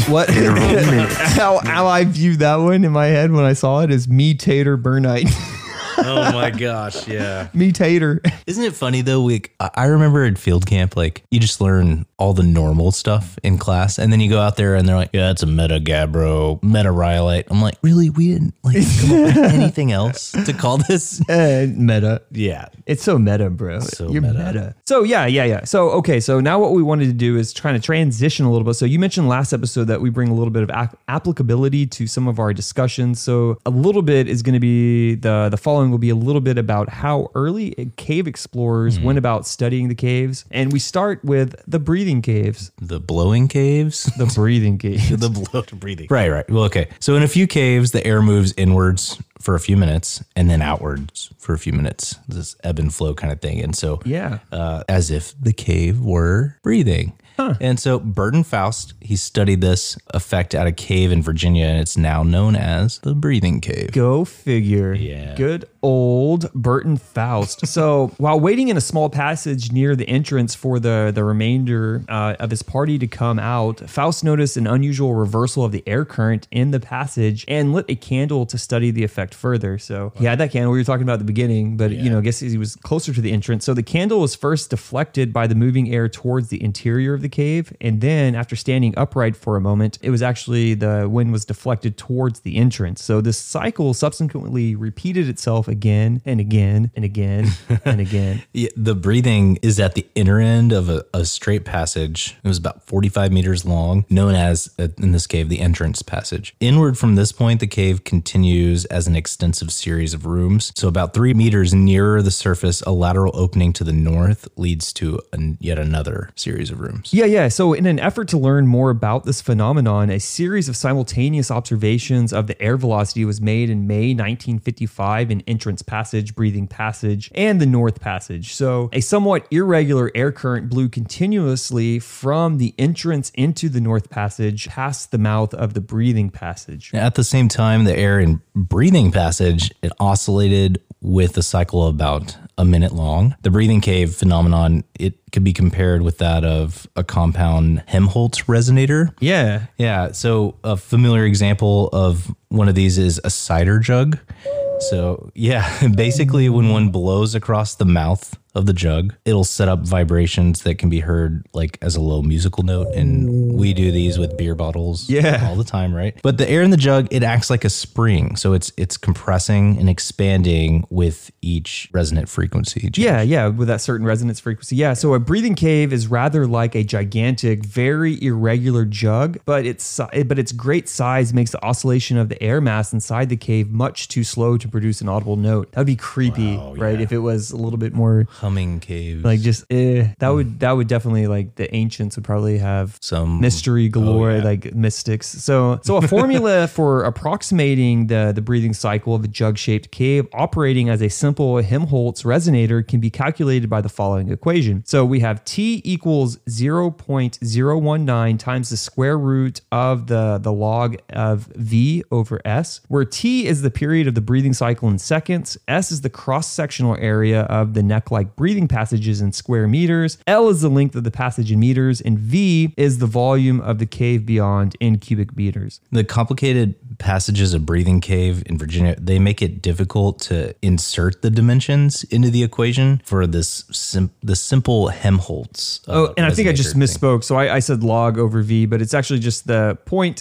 what? mineral minutes, how how I view that one in my head when I saw it is me tater burnite, Oh my gosh, yeah. me tater. Isn't it funny though? Like I I remember at field camp, like you just learn all the normal stuff in class, and then you go out there and they're like, "Yeah, it's a meta gabbro, meta rhyolite." I'm like, really? We didn't like come up with anything else to call this? Uh, meta. Yeah, It's so meta, bro. So You're meta. So yeah, yeah, yeah. So okay, so now what we wanted to do is trying to transition a little bit. So you mentioned last episode that we bring a little bit of ap- applicability to some of our discussions. So a little bit is going to be the the following will be a little bit about how early cave explorers Mm-hmm. went about studying the caves, and we start with the breathing caves. the blowing caves. The breathing caves. the blow to breathing. Right, right. Well, okay. So in a few caves, the air moves inwards for a few minutes and then outwards for a few minutes. This ebb and flow kind of thing. And so, Yeah. uh, as if the cave were breathing. And so Burton Faust, he studied this effect at a cave in Virginia, and it's now known as the breathing cave. Go figure. Yeah. Good old Burton Faust. so while waiting in a small passage near the entrance for the, the remainder uh, of his party to come out, Faust noticed an unusual reversal of the air current in the passage and lit a candle to study the effect further. So he had that candle we were talking about at the beginning, but you know, I guess he was closer to the entrance. So the candle was first deflected by the moving air towards the interior of the cave. And then after standing upright for a moment, it was actually the wind was deflected towards the entrance. So this cycle subsequently repeated itself again and again and again and again. Yeah, the breathing is at the inner end of a, a straight passage. It was about 45 meters long, known as, uh, in this cave, the entrance passage. Inward from this point, the cave continues as an extensive series of rooms. So, about three meters nearer the surface, a lateral opening to the north leads to an, yet another series of rooms. Yeah, yeah. So, in an effort to learn more about this phenomenon, a series of simultaneous observations of the air velocity was made in May 1955 in Entrance Passage, Breathing Passage, and the North Passage. So, a somewhat irregular air current blew continuously from the entrance into the North Passage past the mouth of the Breathing Passage. At the same time, the air in breathing passage it oscillated with a cycle about a minute long. The breathing cave phenomenon it could be compared with that of a compound Helmholtz resonator. Yeah. Yeah, so a familiar example of one of these is a cider jug. So, yeah, basically when one blows across the mouth of the jug, it'll set up vibrations that can be heard like as a low musical note and we do these with beer bottles Yeah. all the time, right? But the air in the jug, it acts like a spring, so it's it's compressing and expanding with each resonant frequency. Yeah, yeah, with that certain resonance frequency. Yeah, so a breathing cave is rather like a gigantic, very irregular jug, but its si- but its great size makes the oscillation of the air mass inside the cave much too slow to produce an audible note. That would be creepy, right? If it was a little bit more Humming caves. like just eh, that would that would definitely like the ancients would probably have some mystery galore like mystics so so a formula for approximating the the breathing cycle of a jug-shaped cave operating as a simple helmholtz resonator can be calculated by the following equation so we have t equals 0.019 times the square root of the the log of v over s where t is the period of the breathing cycle in seconds s is the cross-sectional area of the neck-like of breathing passages in square meters. L is the length of the passage in meters, and V is the volume of the cave beyond in cubic meters. The complicated passages of breathing cave in Virginia, they make it difficult to insert the dimensions into the equation for this sim- the simple Helmholtz. uh, Oh, and I think I just resonator thing. misspoke. So I, I said log over V, but it's actually just the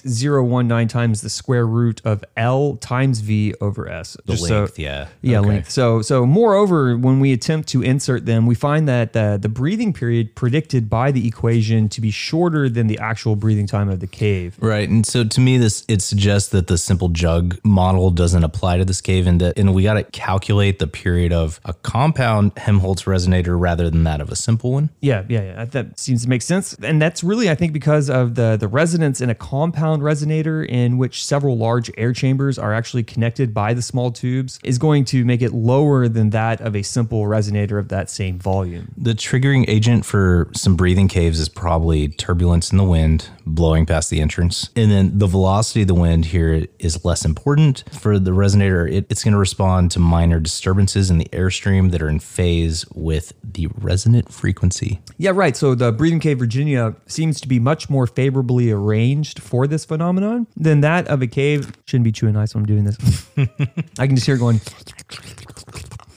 0.019 times the square root of L times V over S. the Just so- length, yeah. Yeah, Okay. length. So, so moreover, when we attempt to insert them, we find that uh, the breathing period predicted by the equation to be shorter than the actual breathing time of the cave. Right. And so to me this it suggests that the simple jug model doesn't apply to this cave and that and we gotta calculate the period of a compound Helmholtz resonator rather than that of a simple one. Yeah, yeah, yeah. That, that seems to make sense, and that's really, I think, because of the the resonance in a compound resonator in which several large air chambers are actually connected by the small tubes is going to make it lower than that of a simple resonator of that same volume. The triggering agent for some breathing caves is probably turbulence in the wind blowing past the entrance. And then the velocity of the wind here is less important. For the resonator, it, it's going to respond to minor disturbances in the airstream that are in phase with the resonant frequency. Yeah, right. So the Breathing Cave Virginia seems to be much more favorably arranged for this phenomenon than that of a cave. Shouldn't be chewing ice when I'm doing this. I can just hear it going.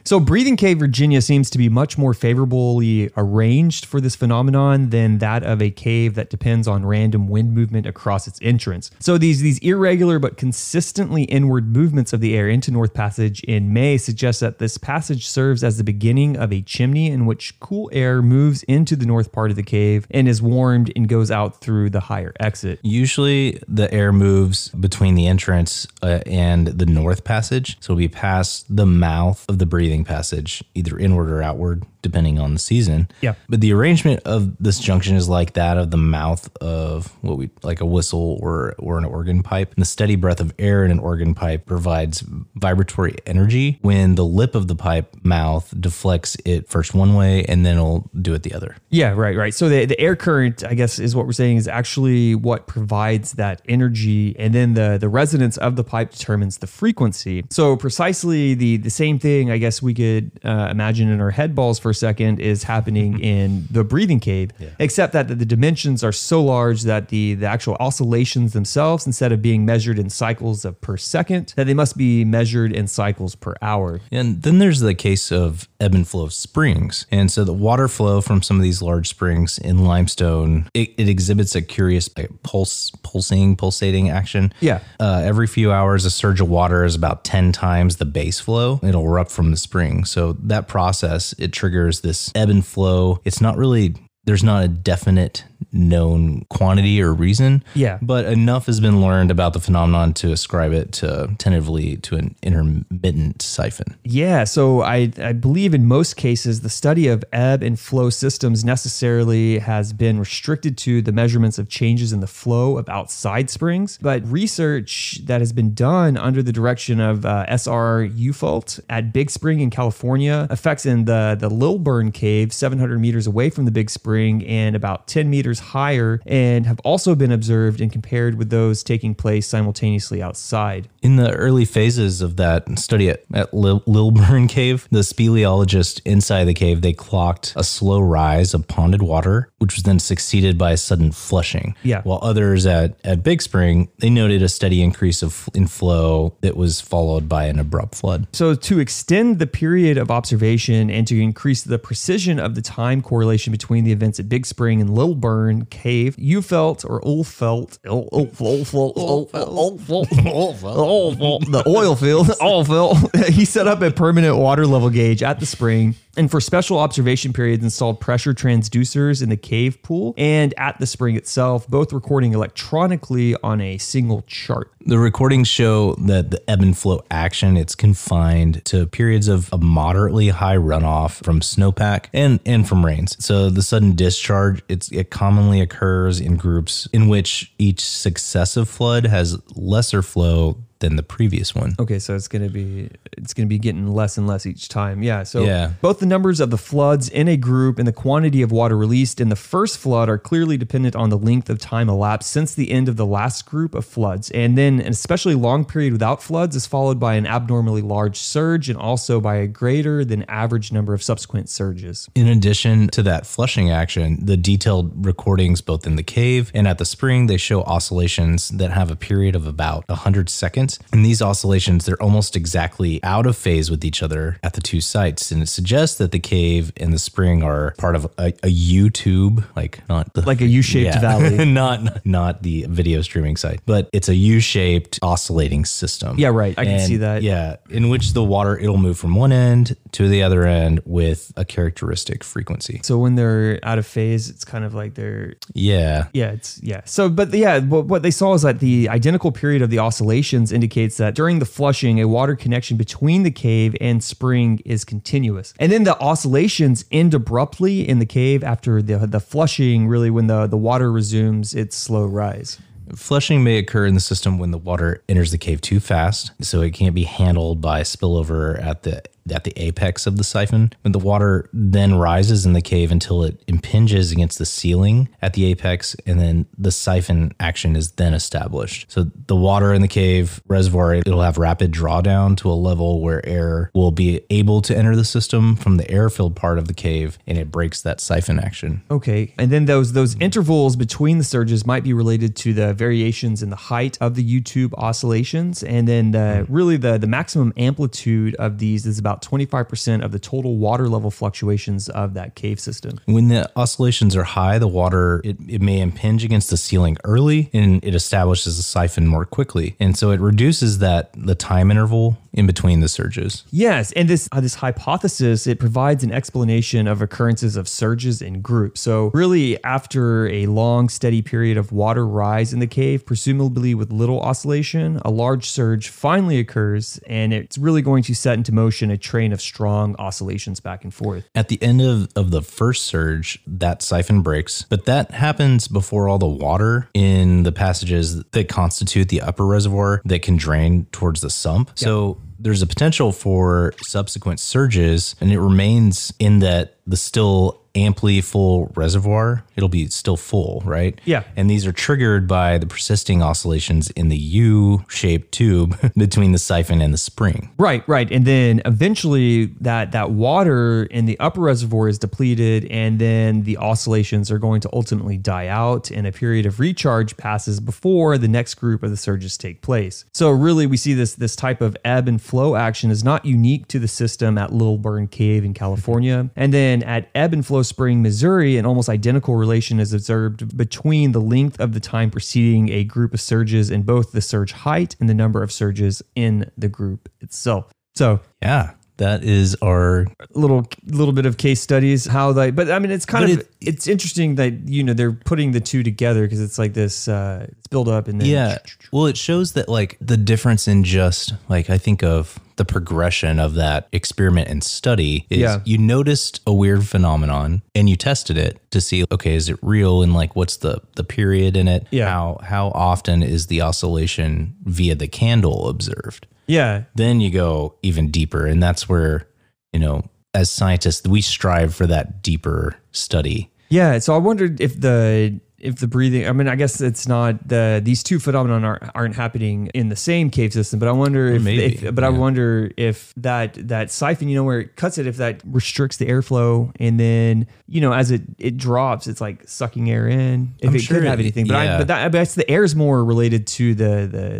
So Breathing Cave Virginia seems to be much more favorably arranged for this phenomenon than that of a cave that depends on random wind movement across its entrance. So these these irregular but consistently inward movements of the air into North Passage in May suggest that this passage serves as the beginning of a chimney in which cool air moves into the north part of the cave and is warmed and goes out through the higher exit. Usually, the air moves between the entrance uh, and the north passage. So, we pass the mouth of the breathing passage, either inward or outward, depending on the season. Yeah. But the arrangement of this junction is like that of the mouth of what we like a whistle or, or an organ pipe. And the steady breath of air in an organ pipe provides vibratory energy when the lip of the pipe mouth deflects it first one way and then it'll do it the other. Yeah, right, right. So the, the air current, I guess, is what we're saying is actually what provides that energy, and then the the resonance of the pipe determines the frequency. So precisely the the same thing, I guess, we could uh, imagine in our head balls for a second is happening in the breathing cave, except that the, the dimensions are so large that the the actual oscillations themselves, instead of being measured in cycles of per second, that they must be measured in cycles per hour. And then there's the case of ebb and flow of springs. And so the water flow from some of these large springs in limestone, it, it exhibits a curious like, pulse, pulsing, pulsating action. Yeah. Uh, every few hours, a surge of water is about 10 times the base flow. It'll erupt from the spring. So that process, it triggers this ebb and flow. It's not really, there's not a definite known quantity or reason. Yeah. But enough has been learned about the phenomenon to ascribe it to tentatively to an intermittent siphon. Yeah, so I, I believe in most cases the study of ebb and flow systems necessarily has been restricted to the measurements of changes in the flow of outside springs. But research that has been done under the direction of uh, S.R. Ufalt at Big Spring in California affects in the, the Lilburn Cave, 700 meters away from the Big Spring and about 10 meters higher, and have also been observed and compared with those taking place simultaneously outside. In the early phases of that study at, at Lil- Lilburn Cave, the speleologists inside the cave, they clocked a slow rise of ponded water, which was then succeeded by a sudden flushing. Yeah. While others at, at Big Spring, they noted a steady increase of in flow that was followed by an abrupt flood. So, to extend the period of observation and to increase the precision of the time correlation between the events at Big Spring and Little Burn Cave, you felt or Ulfelt, Ul- Ulf- Ulf- Ulf- Ulf- Ulf- Ulf- Ulf- Ulf- the oil field, Ulfelt, he set up a permanent water level gauge at the spring and for special observation periods installed pressure transducers in the cave pool and at the spring itself, both recording electronically on a single chart. The recordings show that the ebb and flow action it's confined to periods of a moderately high runoff from snowpack and and from rains. So the sudden discharge it's it commonly occurs in groups in which each successive flood has lesser flow than the previous one. Okay, so it's gonna be it's gonna be getting less and less each time. Yeah. So Yeah. both the numbers of the floods in a group and the quantity of water released in the first flood are clearly dependent on the length of time elapsed since the end of the last group of floods. And then an especially long period without floods is followed by an abnormally large surge and also by a greater than average number of subsequent surges. In addition to that flushing action, the detailed recordings both in the cave and at the spring, they show oscillations that have a period of about 100 seconds. And these oscillations, they're almost exactly out of phase with each other at the two sites. And it suggests that the cave and the spring are part of a, a U tube, like not the Like a U-shaped Yeah. valley. not not the video streaming site, but it's a U-shaped oscillating system. Yeah, right. I can And, see that. Yeah, in which the water it'll move from one end to the other end with a characteristic frequency. So when they're out of phase, it's kind of like they're Yeah. Yeah, it's yeah. So, but yeah, what, what they saw is that the identical period of the oscillations indicates that during the flushing, a water connection between the cave and spring is continuous, and then the oscillations end abruptly in the cave after the the flushing. Really, when the the water resumes its slow rise. Flushing may occur in the system when the water enters the cave too fast, so it can't be handled by spillover at the at the apex of the siphon. When the water then rises in the cave until it impinges against the ceiling at the apex, and then the siphon action is then established. So the water in the cave reservoir it'll have rapid drawdown to a level where air will be able to enter the system from the air-filled part of the cave, and it breaks that siphon action. Okay, and then those those intervals between the surges might be related to the variations in the height of the YouTube oscillations, and then the, really the the maximum amplitude of these is about twenty five percent of the total water level fluctuations of that cave system. When the oscillations are high, the water it, it may impinge against the ceiling early and it establishes a siphon more quickly. And so it reduces that the time interval in between the surges. Yes, and this uh, this hypothesis it provides an explanation of occurrences of surges in groups. So really, after a long steady period of water rise in the cave, presumably with little oscillation, a large surge finally occurs, and it's really going to set into motion a train of strong oscillations back and forth. At the end of, of the first surge, that siphon breaks, but that happens before all the water in the passages that constitute the upper reservoir that can drain towards the sump. So there's a potential for subsequent surges, and it remains in that the still amply full reservoir. It'll be still full, right? Yeah. And these are triggered by the persisting oscillations in the U shaped tube between the siphon and the spring. Right, right, and then eventually that that water in the upper reservoir is depleted, and then the oscillations are going to ultimately die out, and a period of recharge passes before the next group of the surges take place. So really, we see this this type of ebb and flow action is not unique to the system at Little Burn Cave in California, and then at Ebb and Flow Spring, Missouri, an almost identical relation is observed between the length of the time preceding a group of surges and both the surge height and the number of surges in the group itself. So Yeah. That is our little little bit of case studies how they but i mean it's kind But of it- it's interesting that you know they're putting the two together because it's like this uh it's build up and then Yeah. Well, it shows that like the difference in just like I think of the progression of that experiment and study is Yeah. you noticed a weird phenomenon and you tested it to see okay is it real and like what's the the period in it Yeah. how how often is the oscillation via the candle observed yeah then you go even deeper and that's where you know as scientists we strive for that deeper study Yeah, so I wondered if the if the breathing. I mean, I guess it's not the these two phenomenon aren't, aren't happening in the same cave system, but I wonder if, maybe, if but I yeah. wonder if that that siphon, you know, where it cuts it, if that restricts the airflow, and then you know, as it it drops, it's like sucking air in. If I'm it sure could have it- anything, but I, yeah. but that, I guess the air is more related to the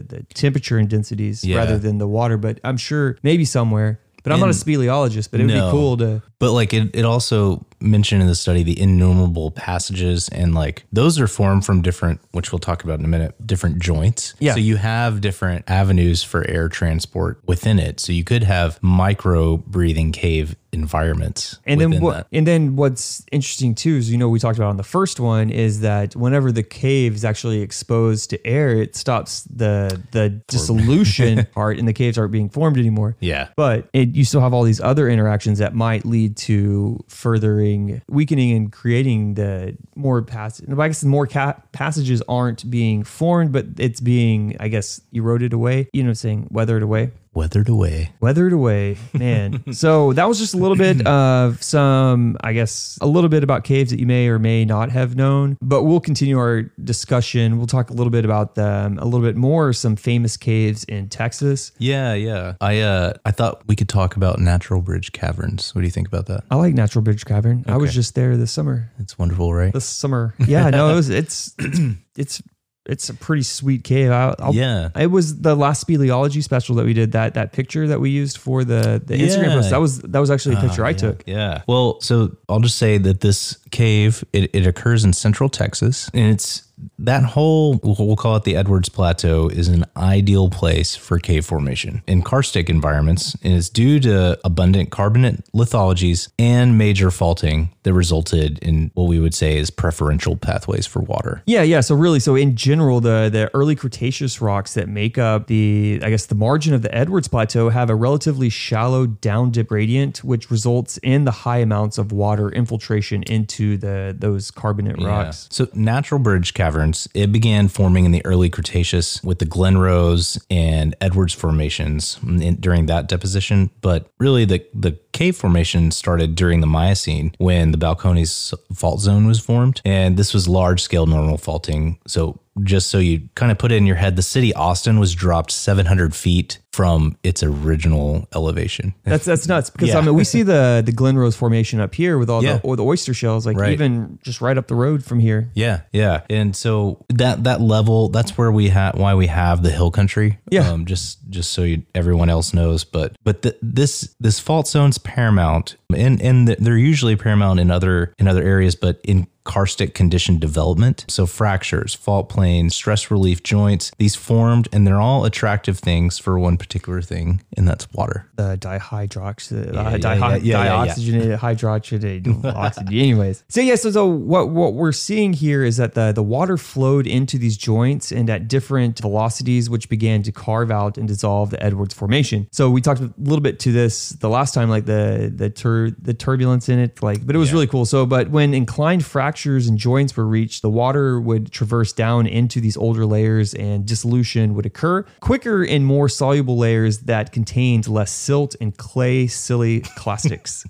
the the temperature and densities Yeah. rather than the water. But I'm sure maybe somewhere. But I'm not a speleologist, but it would No. be cool to. But like it, it also mentioned in the study the innumerable passages and like those are formed from different, which we'll talk about in a minute, different joints. Yeah. So you have different avenues for air transport within it. So you could have micro breathing cave environments. And then within what? that. And then what's interesting too is you know we talked about on the first one is that whenever the cave is actually exposed to air, it stops the the dissolution part, and the caves aren't being formed anymore. Yeah. But it, you still have all these other interactions that might lead to further weakening, weakening and creating the more pass. I guess more ca- passages aren't being formed, but it's being, I guess, eroded away. You know, what I'm saying weathered away. Weathered away. Weathered away, man. so that was just a little bit of some, I guess, a little bit about caves that you may or may not have known. But we'll continue our discussion. We'll talk a little bit about them, a little bit more, some famous caves in Texas. Yeah, yeah. I uh I thought we could talk about Natural Bridge Caverns. What do you think about that? I like Natural Bridge Cavern. I was Okay. just there this summer. It's wonderful, right? This summer, yeah, no, it was, it's it's it's it's a pretty sweet cave. I, I'll, yeah. It was the last speleology special that we did. That that picture that we used for the the Instagram Yeah. Ah, post. That was that was actually a picture I yeah, took. Yeah. Well, so I'll just say that this cave it, it occurs in central Texas, and it's that whole we'll call it the Edwards Plateau is an ideal place for cave formation in karstic environments, and it's due to abundant carbonate lithologies and major faulting that resulted in what we would say is preferential pathways for water. Yeah, yeah. So really, so in general, the the early Cretaceous rocks that make up the I guess the margin of the Edwards Plateau have a relatively shallow down dip gradient, which results in the high amounts of water infiltration into the those carbonate rocks. So natural bridge caverns, it began forming in the early Cretaceous with the Glenrose and Edwards formations in- during that deposition. But really the, the cave formation started during the Miocene when the Balcones fault zone was formed. And this was large scale normal faulting. So just so you kind of put it in your head, the city Austin was dropped 700 feet from its original elevation. That's that's nuts because I Yeah. mean we see the the Glenrose formation up here with all Yeah. the or the oyster shells like Right. even just right up the road from here. Yeah, yeah, and so that that level, that's where we have why we have the hill country. Yeah. um, just just so you, everyone else knows, but but th- this this fault zone's paramount, and and th- they're usually paramount in other in other areas, but in karstic condition development, so fractures, fault planes, stress relief joints, these formed, and they're all attractive things for one particular thing, and that's water. The dihydrox, uh, yeah, dihy- yeah, yeah, yeah. dioxygenated, hydrogenated oxygen. Anyways, so yeah, so, so what what we're seeing here is that the the water flowed into these joints and at different velocities, which began to carve out and dissolve the Edwards formation. So we talked a little bit to this the last time, like the the tur- the turbulence in it, like, but it was really cool. So, but when inclined fractures and joints were reached, the water would traverse down into these older layers and dissolution would occur quicker in more soluble layers that contained less silt and clay silly clastics.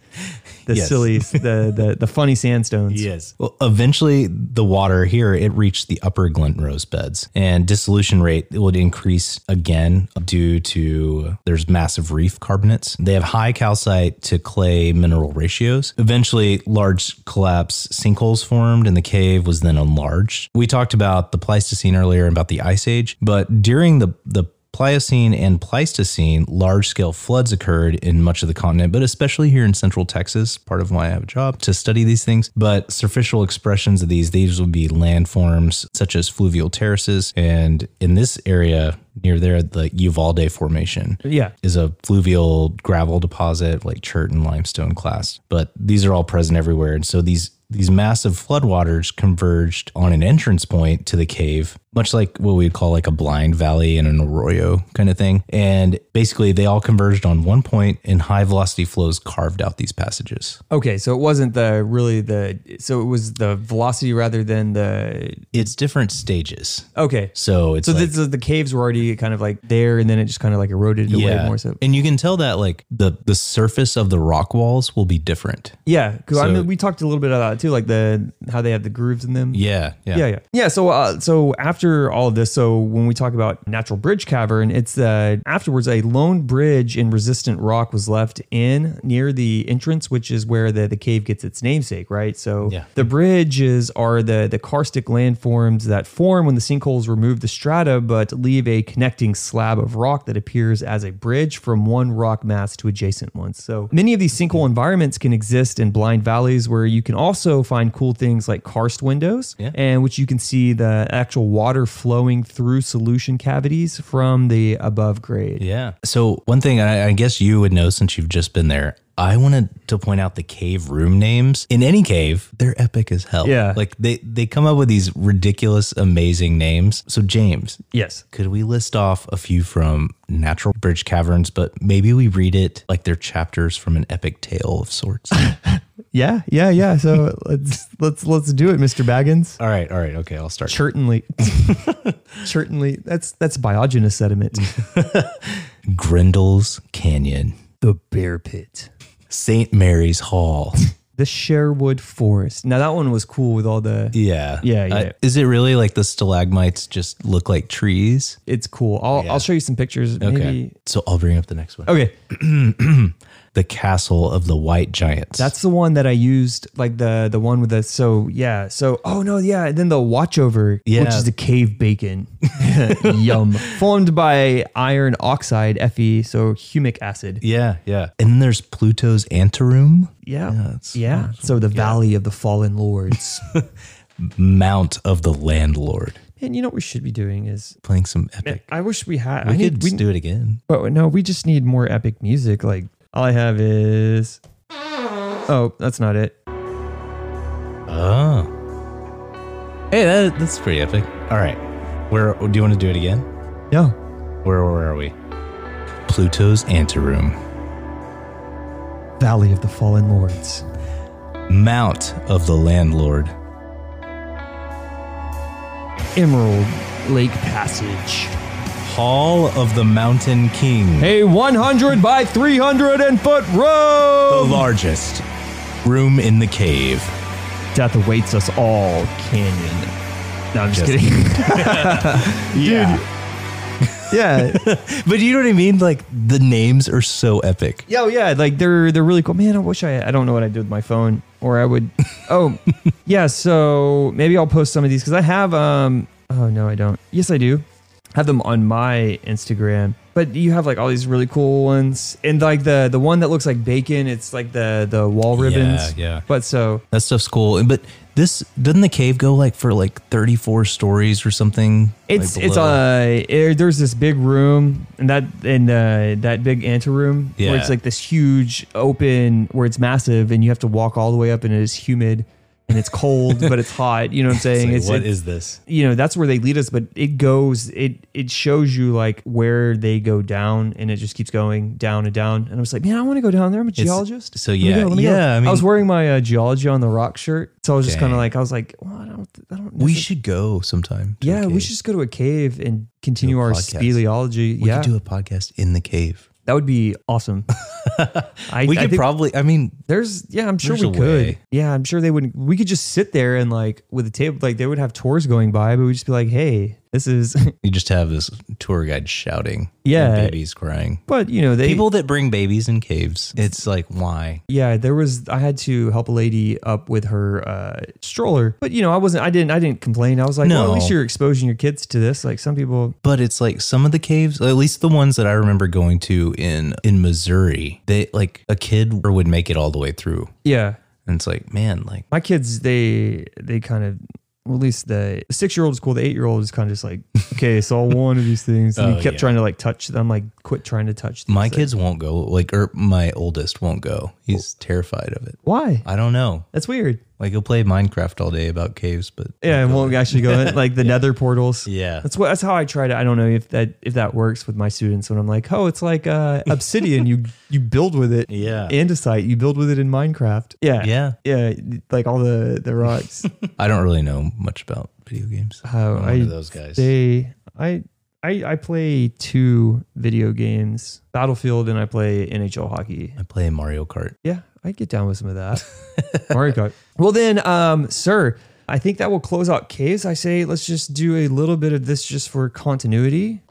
the Yes. silly, the, the the funny sandstones. Yes. Well, eventually, the water here it reached the upper Glenrose beds, and dissolution rate would increase again due to there's massive reef carbonates. They have high calcite to clay mineral ratios. Eventually, large collapse sinkholes formed, and the cave was then enlarged. We talked about the Pleistocene earlier and about the ice age, but during the the Pliocene and Pleistocene, large scale floods occurred in much of the continent, but especially here in central Texas, part of why I have a job to study these things. But superficial expressions of these, these would be landforms such as fluvial terraces. And in this area near there, the Uvalde Formation Yeah. is a fluvial gravel deposit like chert and limestone class but these are all present everywhere and so these these massive floodwaters converged on an entrance point to the cave much like what we'd call like a blind valley and an arroyo kind of thing and basically they all converged on one point and high velocity flows carved out these passages Okay, so it wasn't the really the so it was the velocity rather than the it's different stages okay. so it's So like- this is the caves were already kind of like there, and then it just kind of like eroded away more. So and you can tell that like the the surface of the rock walls will be different yeah, because I So- mean we talked a little bit about that too, like the how they have the grooves in them. yeah yeah yeah, yeah, yeah. So, uh, so after all of this, so when we talk about natural bridge cavern, it's uh, afterwards a lone bridge in resistant rock was left in near the entrance, which is where the, the cave gets its namesake, right? So, Yeah. the bridges are the the karstic landforms that form when the sinkholes remove the strata, but leave a connecting slab of rock that appears as a bridge from one rock mass to adjacent ones. So, many of these sinkhole environments can exist in blind valleys, where you can also find cool things like karst windows Yeah. and which you can see the actual water flowing through solution cavities from the above grade. Yeah. So one thing I, I guess you would know since you've just been there. I wanted to point out the cave room names. In any cave, they're epic as hell. Yeah. Like they they come up with these ridiculous, amazing names. So James, Yes. could we list off a few from Natural Bridge Caverns, but maybe we read it like they're chapters from an epic tale of sorts? Yeah, yeah, yeah. So let's let's let's do it, Mr. Baggins. All right, all right, okay, I'll start. Certainly, certainly. That's that's biogenous sediment. Grendel's Canyon, the bear pit. St. Mary's Hall. The Sherwood Forest. Now that one was cool with all the. Yeah. Yeah, Uh, yeah. is it really like the stalagmites just look like trees? It's cool. I'll I'll show you some pictures. Maybe. Okay. So I'll bring up the next one. Okay. The Castle of the White Giants. That's the one that I used, like the the one with the so yeah. So oh no, yeah. And then the watch over, which Yeah. is the cave bacon. Yum. Formed by iron oxide, Fe, so humic acid. yeah, yeah. And then there's Pluto's Anteroom, Yeah. Yeah, Yeah. it's- So the valley of the fallen lords. Mount of the Landlord. and you know what we should be doing is Playing some epic. I wish we had we I could need, we, just do it again. but no, we just need more epic music. Like all I have is Oh, that's not it. Oh. Hey, that, that's pretty epic. All right. Where do you want to do it again? No. Where, where are we? Pluto's Anteroom, Valley of the Fallen Lords. Mount of the Landlord, Emerald Lake Passage. Hall of the Mountain King. A 100 by 300 and foot The road largest room in the cave. death awaits us all, canyon. No, I'm just, Just- kidding. Yeah. yeah, But you know what I mean? Like the names are so epic. yo, yeah, like they're they're really cool. Man, I wish I I don't know what I did with my phone, or I would. Oh, yeah. So maybe I'll post some of these because I have um. Oh no, I don't. Yes, I do. Have them on my Instagram. But you have like all these really cool ones, and like the the one that looks like bacon. It's like the the wall ribbons. yeah. But so That stuff's cool. And- But this doesn't the cave go like for like 34 stories or something? It's Like, it's below? uh it- there's this big room and that and uh, that big anteroom where Yeah. it's like this huge open where it's massive and you have to walk all the way up and it is humid and it's cold but it's hot you know what I'm It's saying like, it's what it- is this? you know that's where they lead us but it goes it it shows you like where they go down and it just keeps going down and down and I was like man I want to go down there I'm a geologist so Let me yeah, go, let me go." yeah, I I, was mean- wearing my uh, geology on the rock shirt so I was just kind Dang. of like I was like well, I don't I don't We should go sometime. to a yeah, we cave. should just go to a cave and continue our podcast. speleology. We yeah, could do a podcast in the cave. that would be awesome. I, We I could think probably, I mean, there's yeah, I'm sure There's we a could. way. Yeah, I'm sure they wouldn't. We could just sit there and like with a table, like they would have tours going by, but we'd just be like, hey, this is. you just have this tour guide shouting. Yeah. and babies crying. but you know, they People that bring babies in caves, it's like, why? Yeah, there was. I had to help a lady up with her uh, stroller, but you know, I wasn't. I didn't. I didn't complain. I was like, well, No. at least you're exposing your kids to this. Like some people. but it's like some of the caves at least the ones that i remember going to in in missouri they like a kid would make it all the way through Yeah, and it's like man like my kids they they kind of well, at least the six year old is cool. The eight year old is kind of just like, okay, so one of these things. And he kept trying to like touch them. Like, quit trying to touch these. Oh, my Like, kids won't go like or my oldest won't go he's terrified of it Why? i don't know That's weird. like he'll play minecraft all day about caves but Yeah, and won't actually go in, like the nether portals. Oh, Yeah. that's what. That's how I try to. I don't know if that if that works with my students when I'm like, oh, it's like uh, obsidian. you you build with it. Yeah. andesite. You build with it in Minecraft. Yeah, Yeah. yeah. Like all the the rocks. i don't really know much about video games Oh, I'm one I- of those guys They, I, I, I play two video games: Battlefield and I play NHL hockey. i play mario kart Yeah, I get down with some of that. Mario Kart. Well, then, um, sir, I think that will close out caves. I say let's just do a little bit of this just for continuity.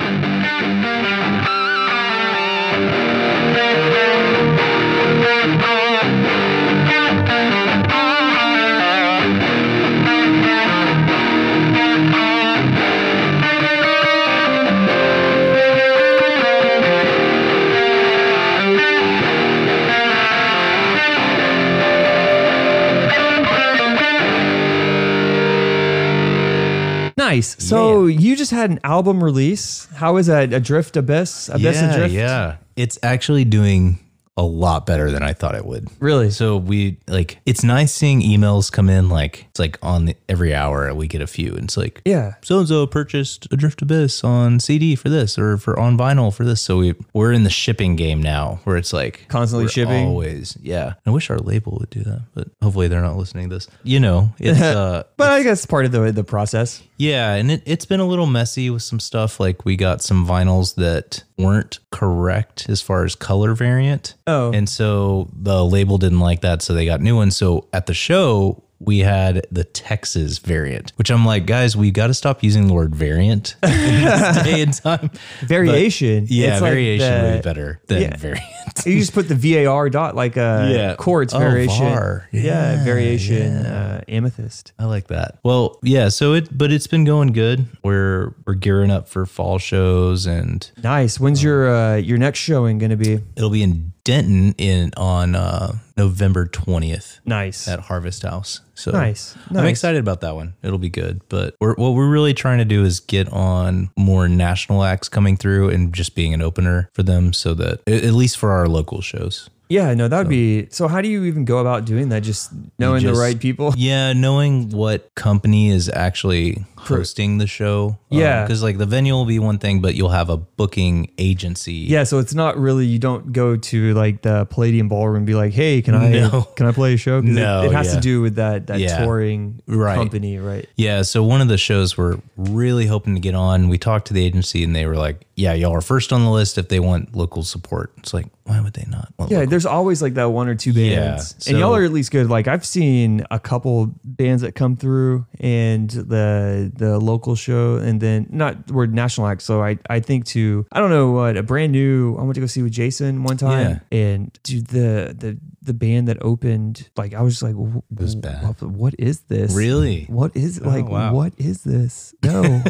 Nice. So you just had an album release. How is that? Adrift Abyss. Abyss Adrift. yeah it's actually doing a lot better than I thought it would. Really? So we like it's nice seeing emails come in like it's like on the, every hour we get a few and it's like Yeah. so and so purchased Adrift Abyss on CD for this or for on vinyl for this. So we we're in the shipping game now where it's like Constantly we're shipping? always. Yeah, I wish our label would do that, but hopefully they're not listening to this. You know, it's uh, But I guess part of the the process. yeah, and it, it's been a little messy with some stuff. Like we got some vinyls that weren't correct as far as color variant. Oh. And so the label didn't like that, so they got new ones. So at the show, we had the Texas variant, which I'm like, guys, we got to stop using the word variant in this day and time. Variation. Yeah, It's like variation would the- be better than yeah. variant. You just put the VAR dot like a Yeah. chords Oh, variation. var. Yeah, Yeah, variation Uh, amethyst. I like that. Well, yeah. So it, but it's been going good. We're we're gearing up for fall shows and Nice. When's your uh, your next showing going to be? It'll be in Denton in on uh, November twentieth Nice. at Harvest House. So Nice, I'm nice. excited about that one. It'll be good. But we're, what we're really trying to do is get on more national acts coming through and just being an opener for them, so that a- at least for our local shows. Yeah, no, that would be. So how do you even go about doing that? Just knowing just- the right people. Yeah, knowing what company is actually hosting the show. Yeah. because like the venue will be one thing, but you'll have a booking agency. Yeah, so it's not really you don't go to like the Palladium Ballroom and be like, "Hey, can I No. can I play a show?" 'Cause it- No, it, has to yeah. do with that that Yeah. touring Right. company, right? Yeah, so one of the shows we're really hoping to get on, we talked to the agency and they were like, "Yeah, y'all are first on the list if they want local support." It's like, why would they not? want Yeah, local- there's always like that one or two bands, Yeah, and y'all so- are at least good. Like I've seen a couple bands that come through, and the the local show, and then not we're national act. So I I think to I don't know what a brand new. I went to go see with Jason one time, and dude, the the the band that opened, like I was just like, it was bad. What is this? really? Oh, What is like? wow. What is this? No,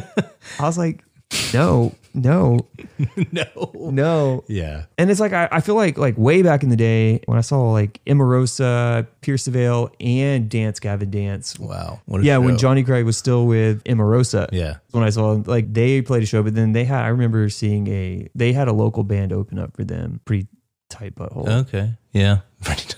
I was like, no, no, No. no. Yeah. And it's like I, I feel like like way back in the day when I saw like Imarosa, Piercevale, and Dance Gavin Dance. Wow. What a Yeah, when show. Johnny Craig was still with Imarosa. Yeah. When I saw like they played a show, but then they had I remember seeing a they had a local band open up for them. Pretty tight butthole. Okay. Yeah. Pretty typical.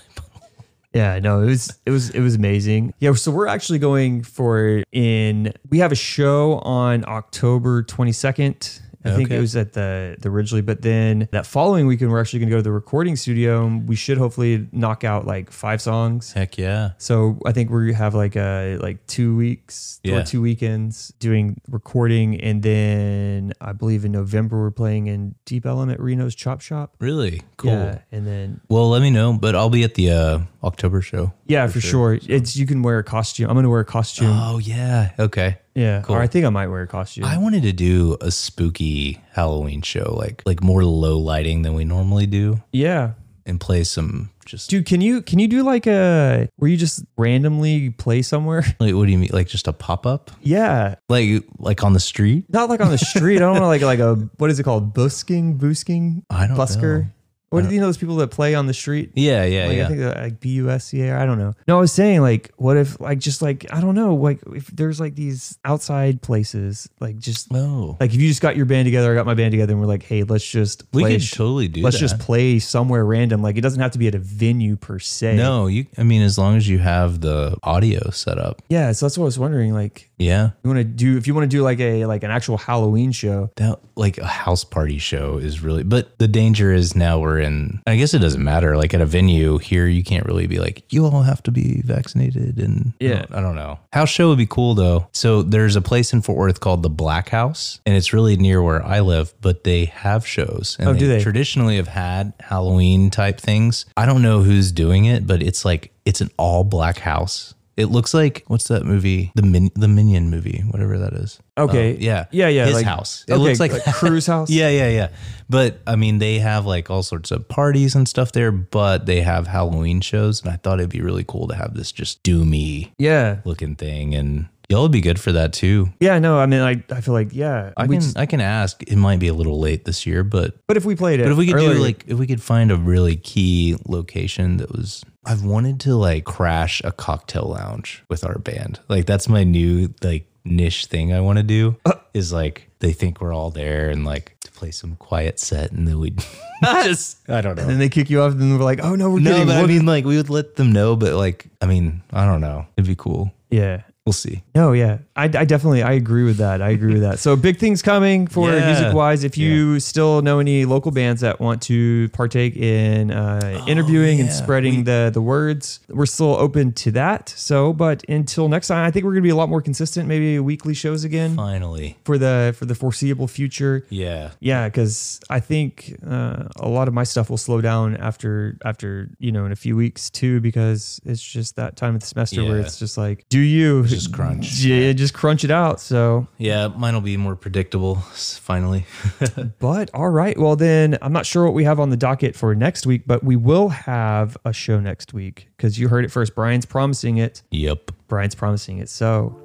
Yeah, no, it was it was it was amazing. Yeah, so we're actually going for in we have a show on October 22nd. I think Okay. it was at the the Ridgely, but then that following weekend we're actually going to go to the recording studio. and We should hopefully knock out like five songs. Heck yeah. So I think we have like uh like two weeks Yeah. or two weekends doing recording, and then I believe in November we're playing in Deep Element Reno's Chop Shop. Really cool. Yeah, and then Well, let me know, but I'll be at the uh, October show. Yeah, for, sure. It's you can wear a costume. I'm gonna wear a costume. Oh yeah. Okay. yeah, cool. or I think I might wear a costume. I wanted to do a spooky Halloween show, like like more low lighting than we normally do, yeah, and play some just dude, can you can you do like a where you just randomly play somewhere? like what do you mean like just a pop up? yeah, like like on the street. not like on the street. I don't want like like a what is it called? Busking, busking, I don't busker. know. What do you know those people that play on the street? Yeah, yeah, Like, yeah. I think that, like B U S C A. I don't know. No, I was saying like, what if like just like I don't know like if there's like these outside places like just oh, like if you just got your band together, I got my band together, and we're like, hey, let's just we play a could sh- totally do. let's that. just play somewhere random. Like it doesn't have to be at a venue per se. no. You, I mean, as long as you have the audio set up. Yeah, so that's what I was wondering. Like, Yeah, you want to do if you want to do like a like an actual Halloween show. that like a house party show is really. But the danger is now we're in. I guess it doesn't matter. Like at a venue here, you can't really be like you all have to be vaccinated and I Yeah. don't- I don't know. House show would be cool though. So there's a place in Fort Worth called the Black House, and it's really near where I live. But they have shows. And Oh, do they? traditionally have had Halloween type things. I don't know who's doing it, but it's like it's an all black house. It looks like what's that movie? The Min- the Minion movie, whatever that is. Okay. Um, yeah. Yeah. Yeah. His like, house. It okay, looks like, Cruise House. Yeah, yeah, yeah. But I mean, they have like all sorts of parties and stuff there, but they have Halloween shows, and I thought it'd be really cool to have this just doomy Yeah. looking thing, and y'all would be good for that too. Yeah. No, I mean, I I feel like yeah. I we can just- I can ask. It might be a little late this year, but but if we played it, but if we could earlier- do like if we could find a really key location that was I've wanted to like crash a cocktail lounge with our band. Like that's Uh. my new like niche thing I want to do is like they think we're all there and like play some quiet set and then we'd just, I don't know. And then they kick you off, and then we're like, oh no, we're No, getting but I wood- mean, like, we would let them know, but like, I mean, I don't know. It'd be cool. yeah. We'll see. No, yeah, I, I definitely I agree with that. I agree with that. So big things coming for Yeah. music wise. If you still know any local bands that want to partake in uh, interviewing and spreading the the words, we're still open to that. So, but until next time, I think we're gonna be a lot more consistent. Maybe weekly shows again Finally. for the for the foreseeable future. Yeah. Yeah, because I think uh, a lot of my stuff will slow down after after you know in a few weeks too, because it's just that time of the semester where Yeah. it's just like, do you Just crunch. yeah, just crunch it out. So, Yeah. Mine will be more predictable s- finally. but all right, well then I'm not sure what we have on the docket for next week, but we will have a show next week because you heard it first. Brian's promising it. yep. Brian's promising it. So,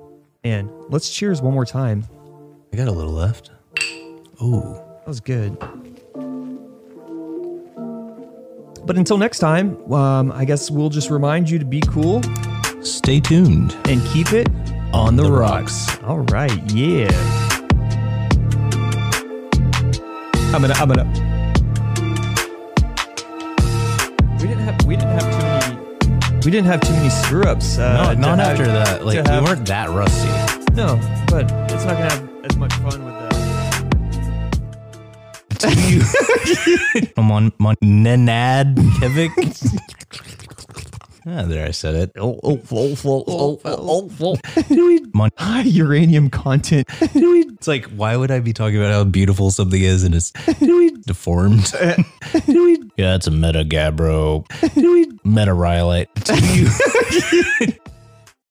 and let's cheers one more time. I got a little left. Ooh. That was good. But until next time, um, I guess we'll just remind you to be cool Stay tuned and keep it. on the, rocks. All right, yeah. I'm gonna, I'm gonna. We didn't have, we didn't have too many, we didn't have too many screw ups. Uh, No, not to after have- that. Like, to have- we weren't that rusty. No, but it's not gonna have as much fun with that. I'm on, on Nenad Kivik. ah, there, I said it. Oh, oh, oh, oh, oh, oh, oh, oh. Mon- High uranium content. It's like, why would I be talking about how beautiful something is and it's deformed? yeah, it's a meta gabbro. meta rhyolite.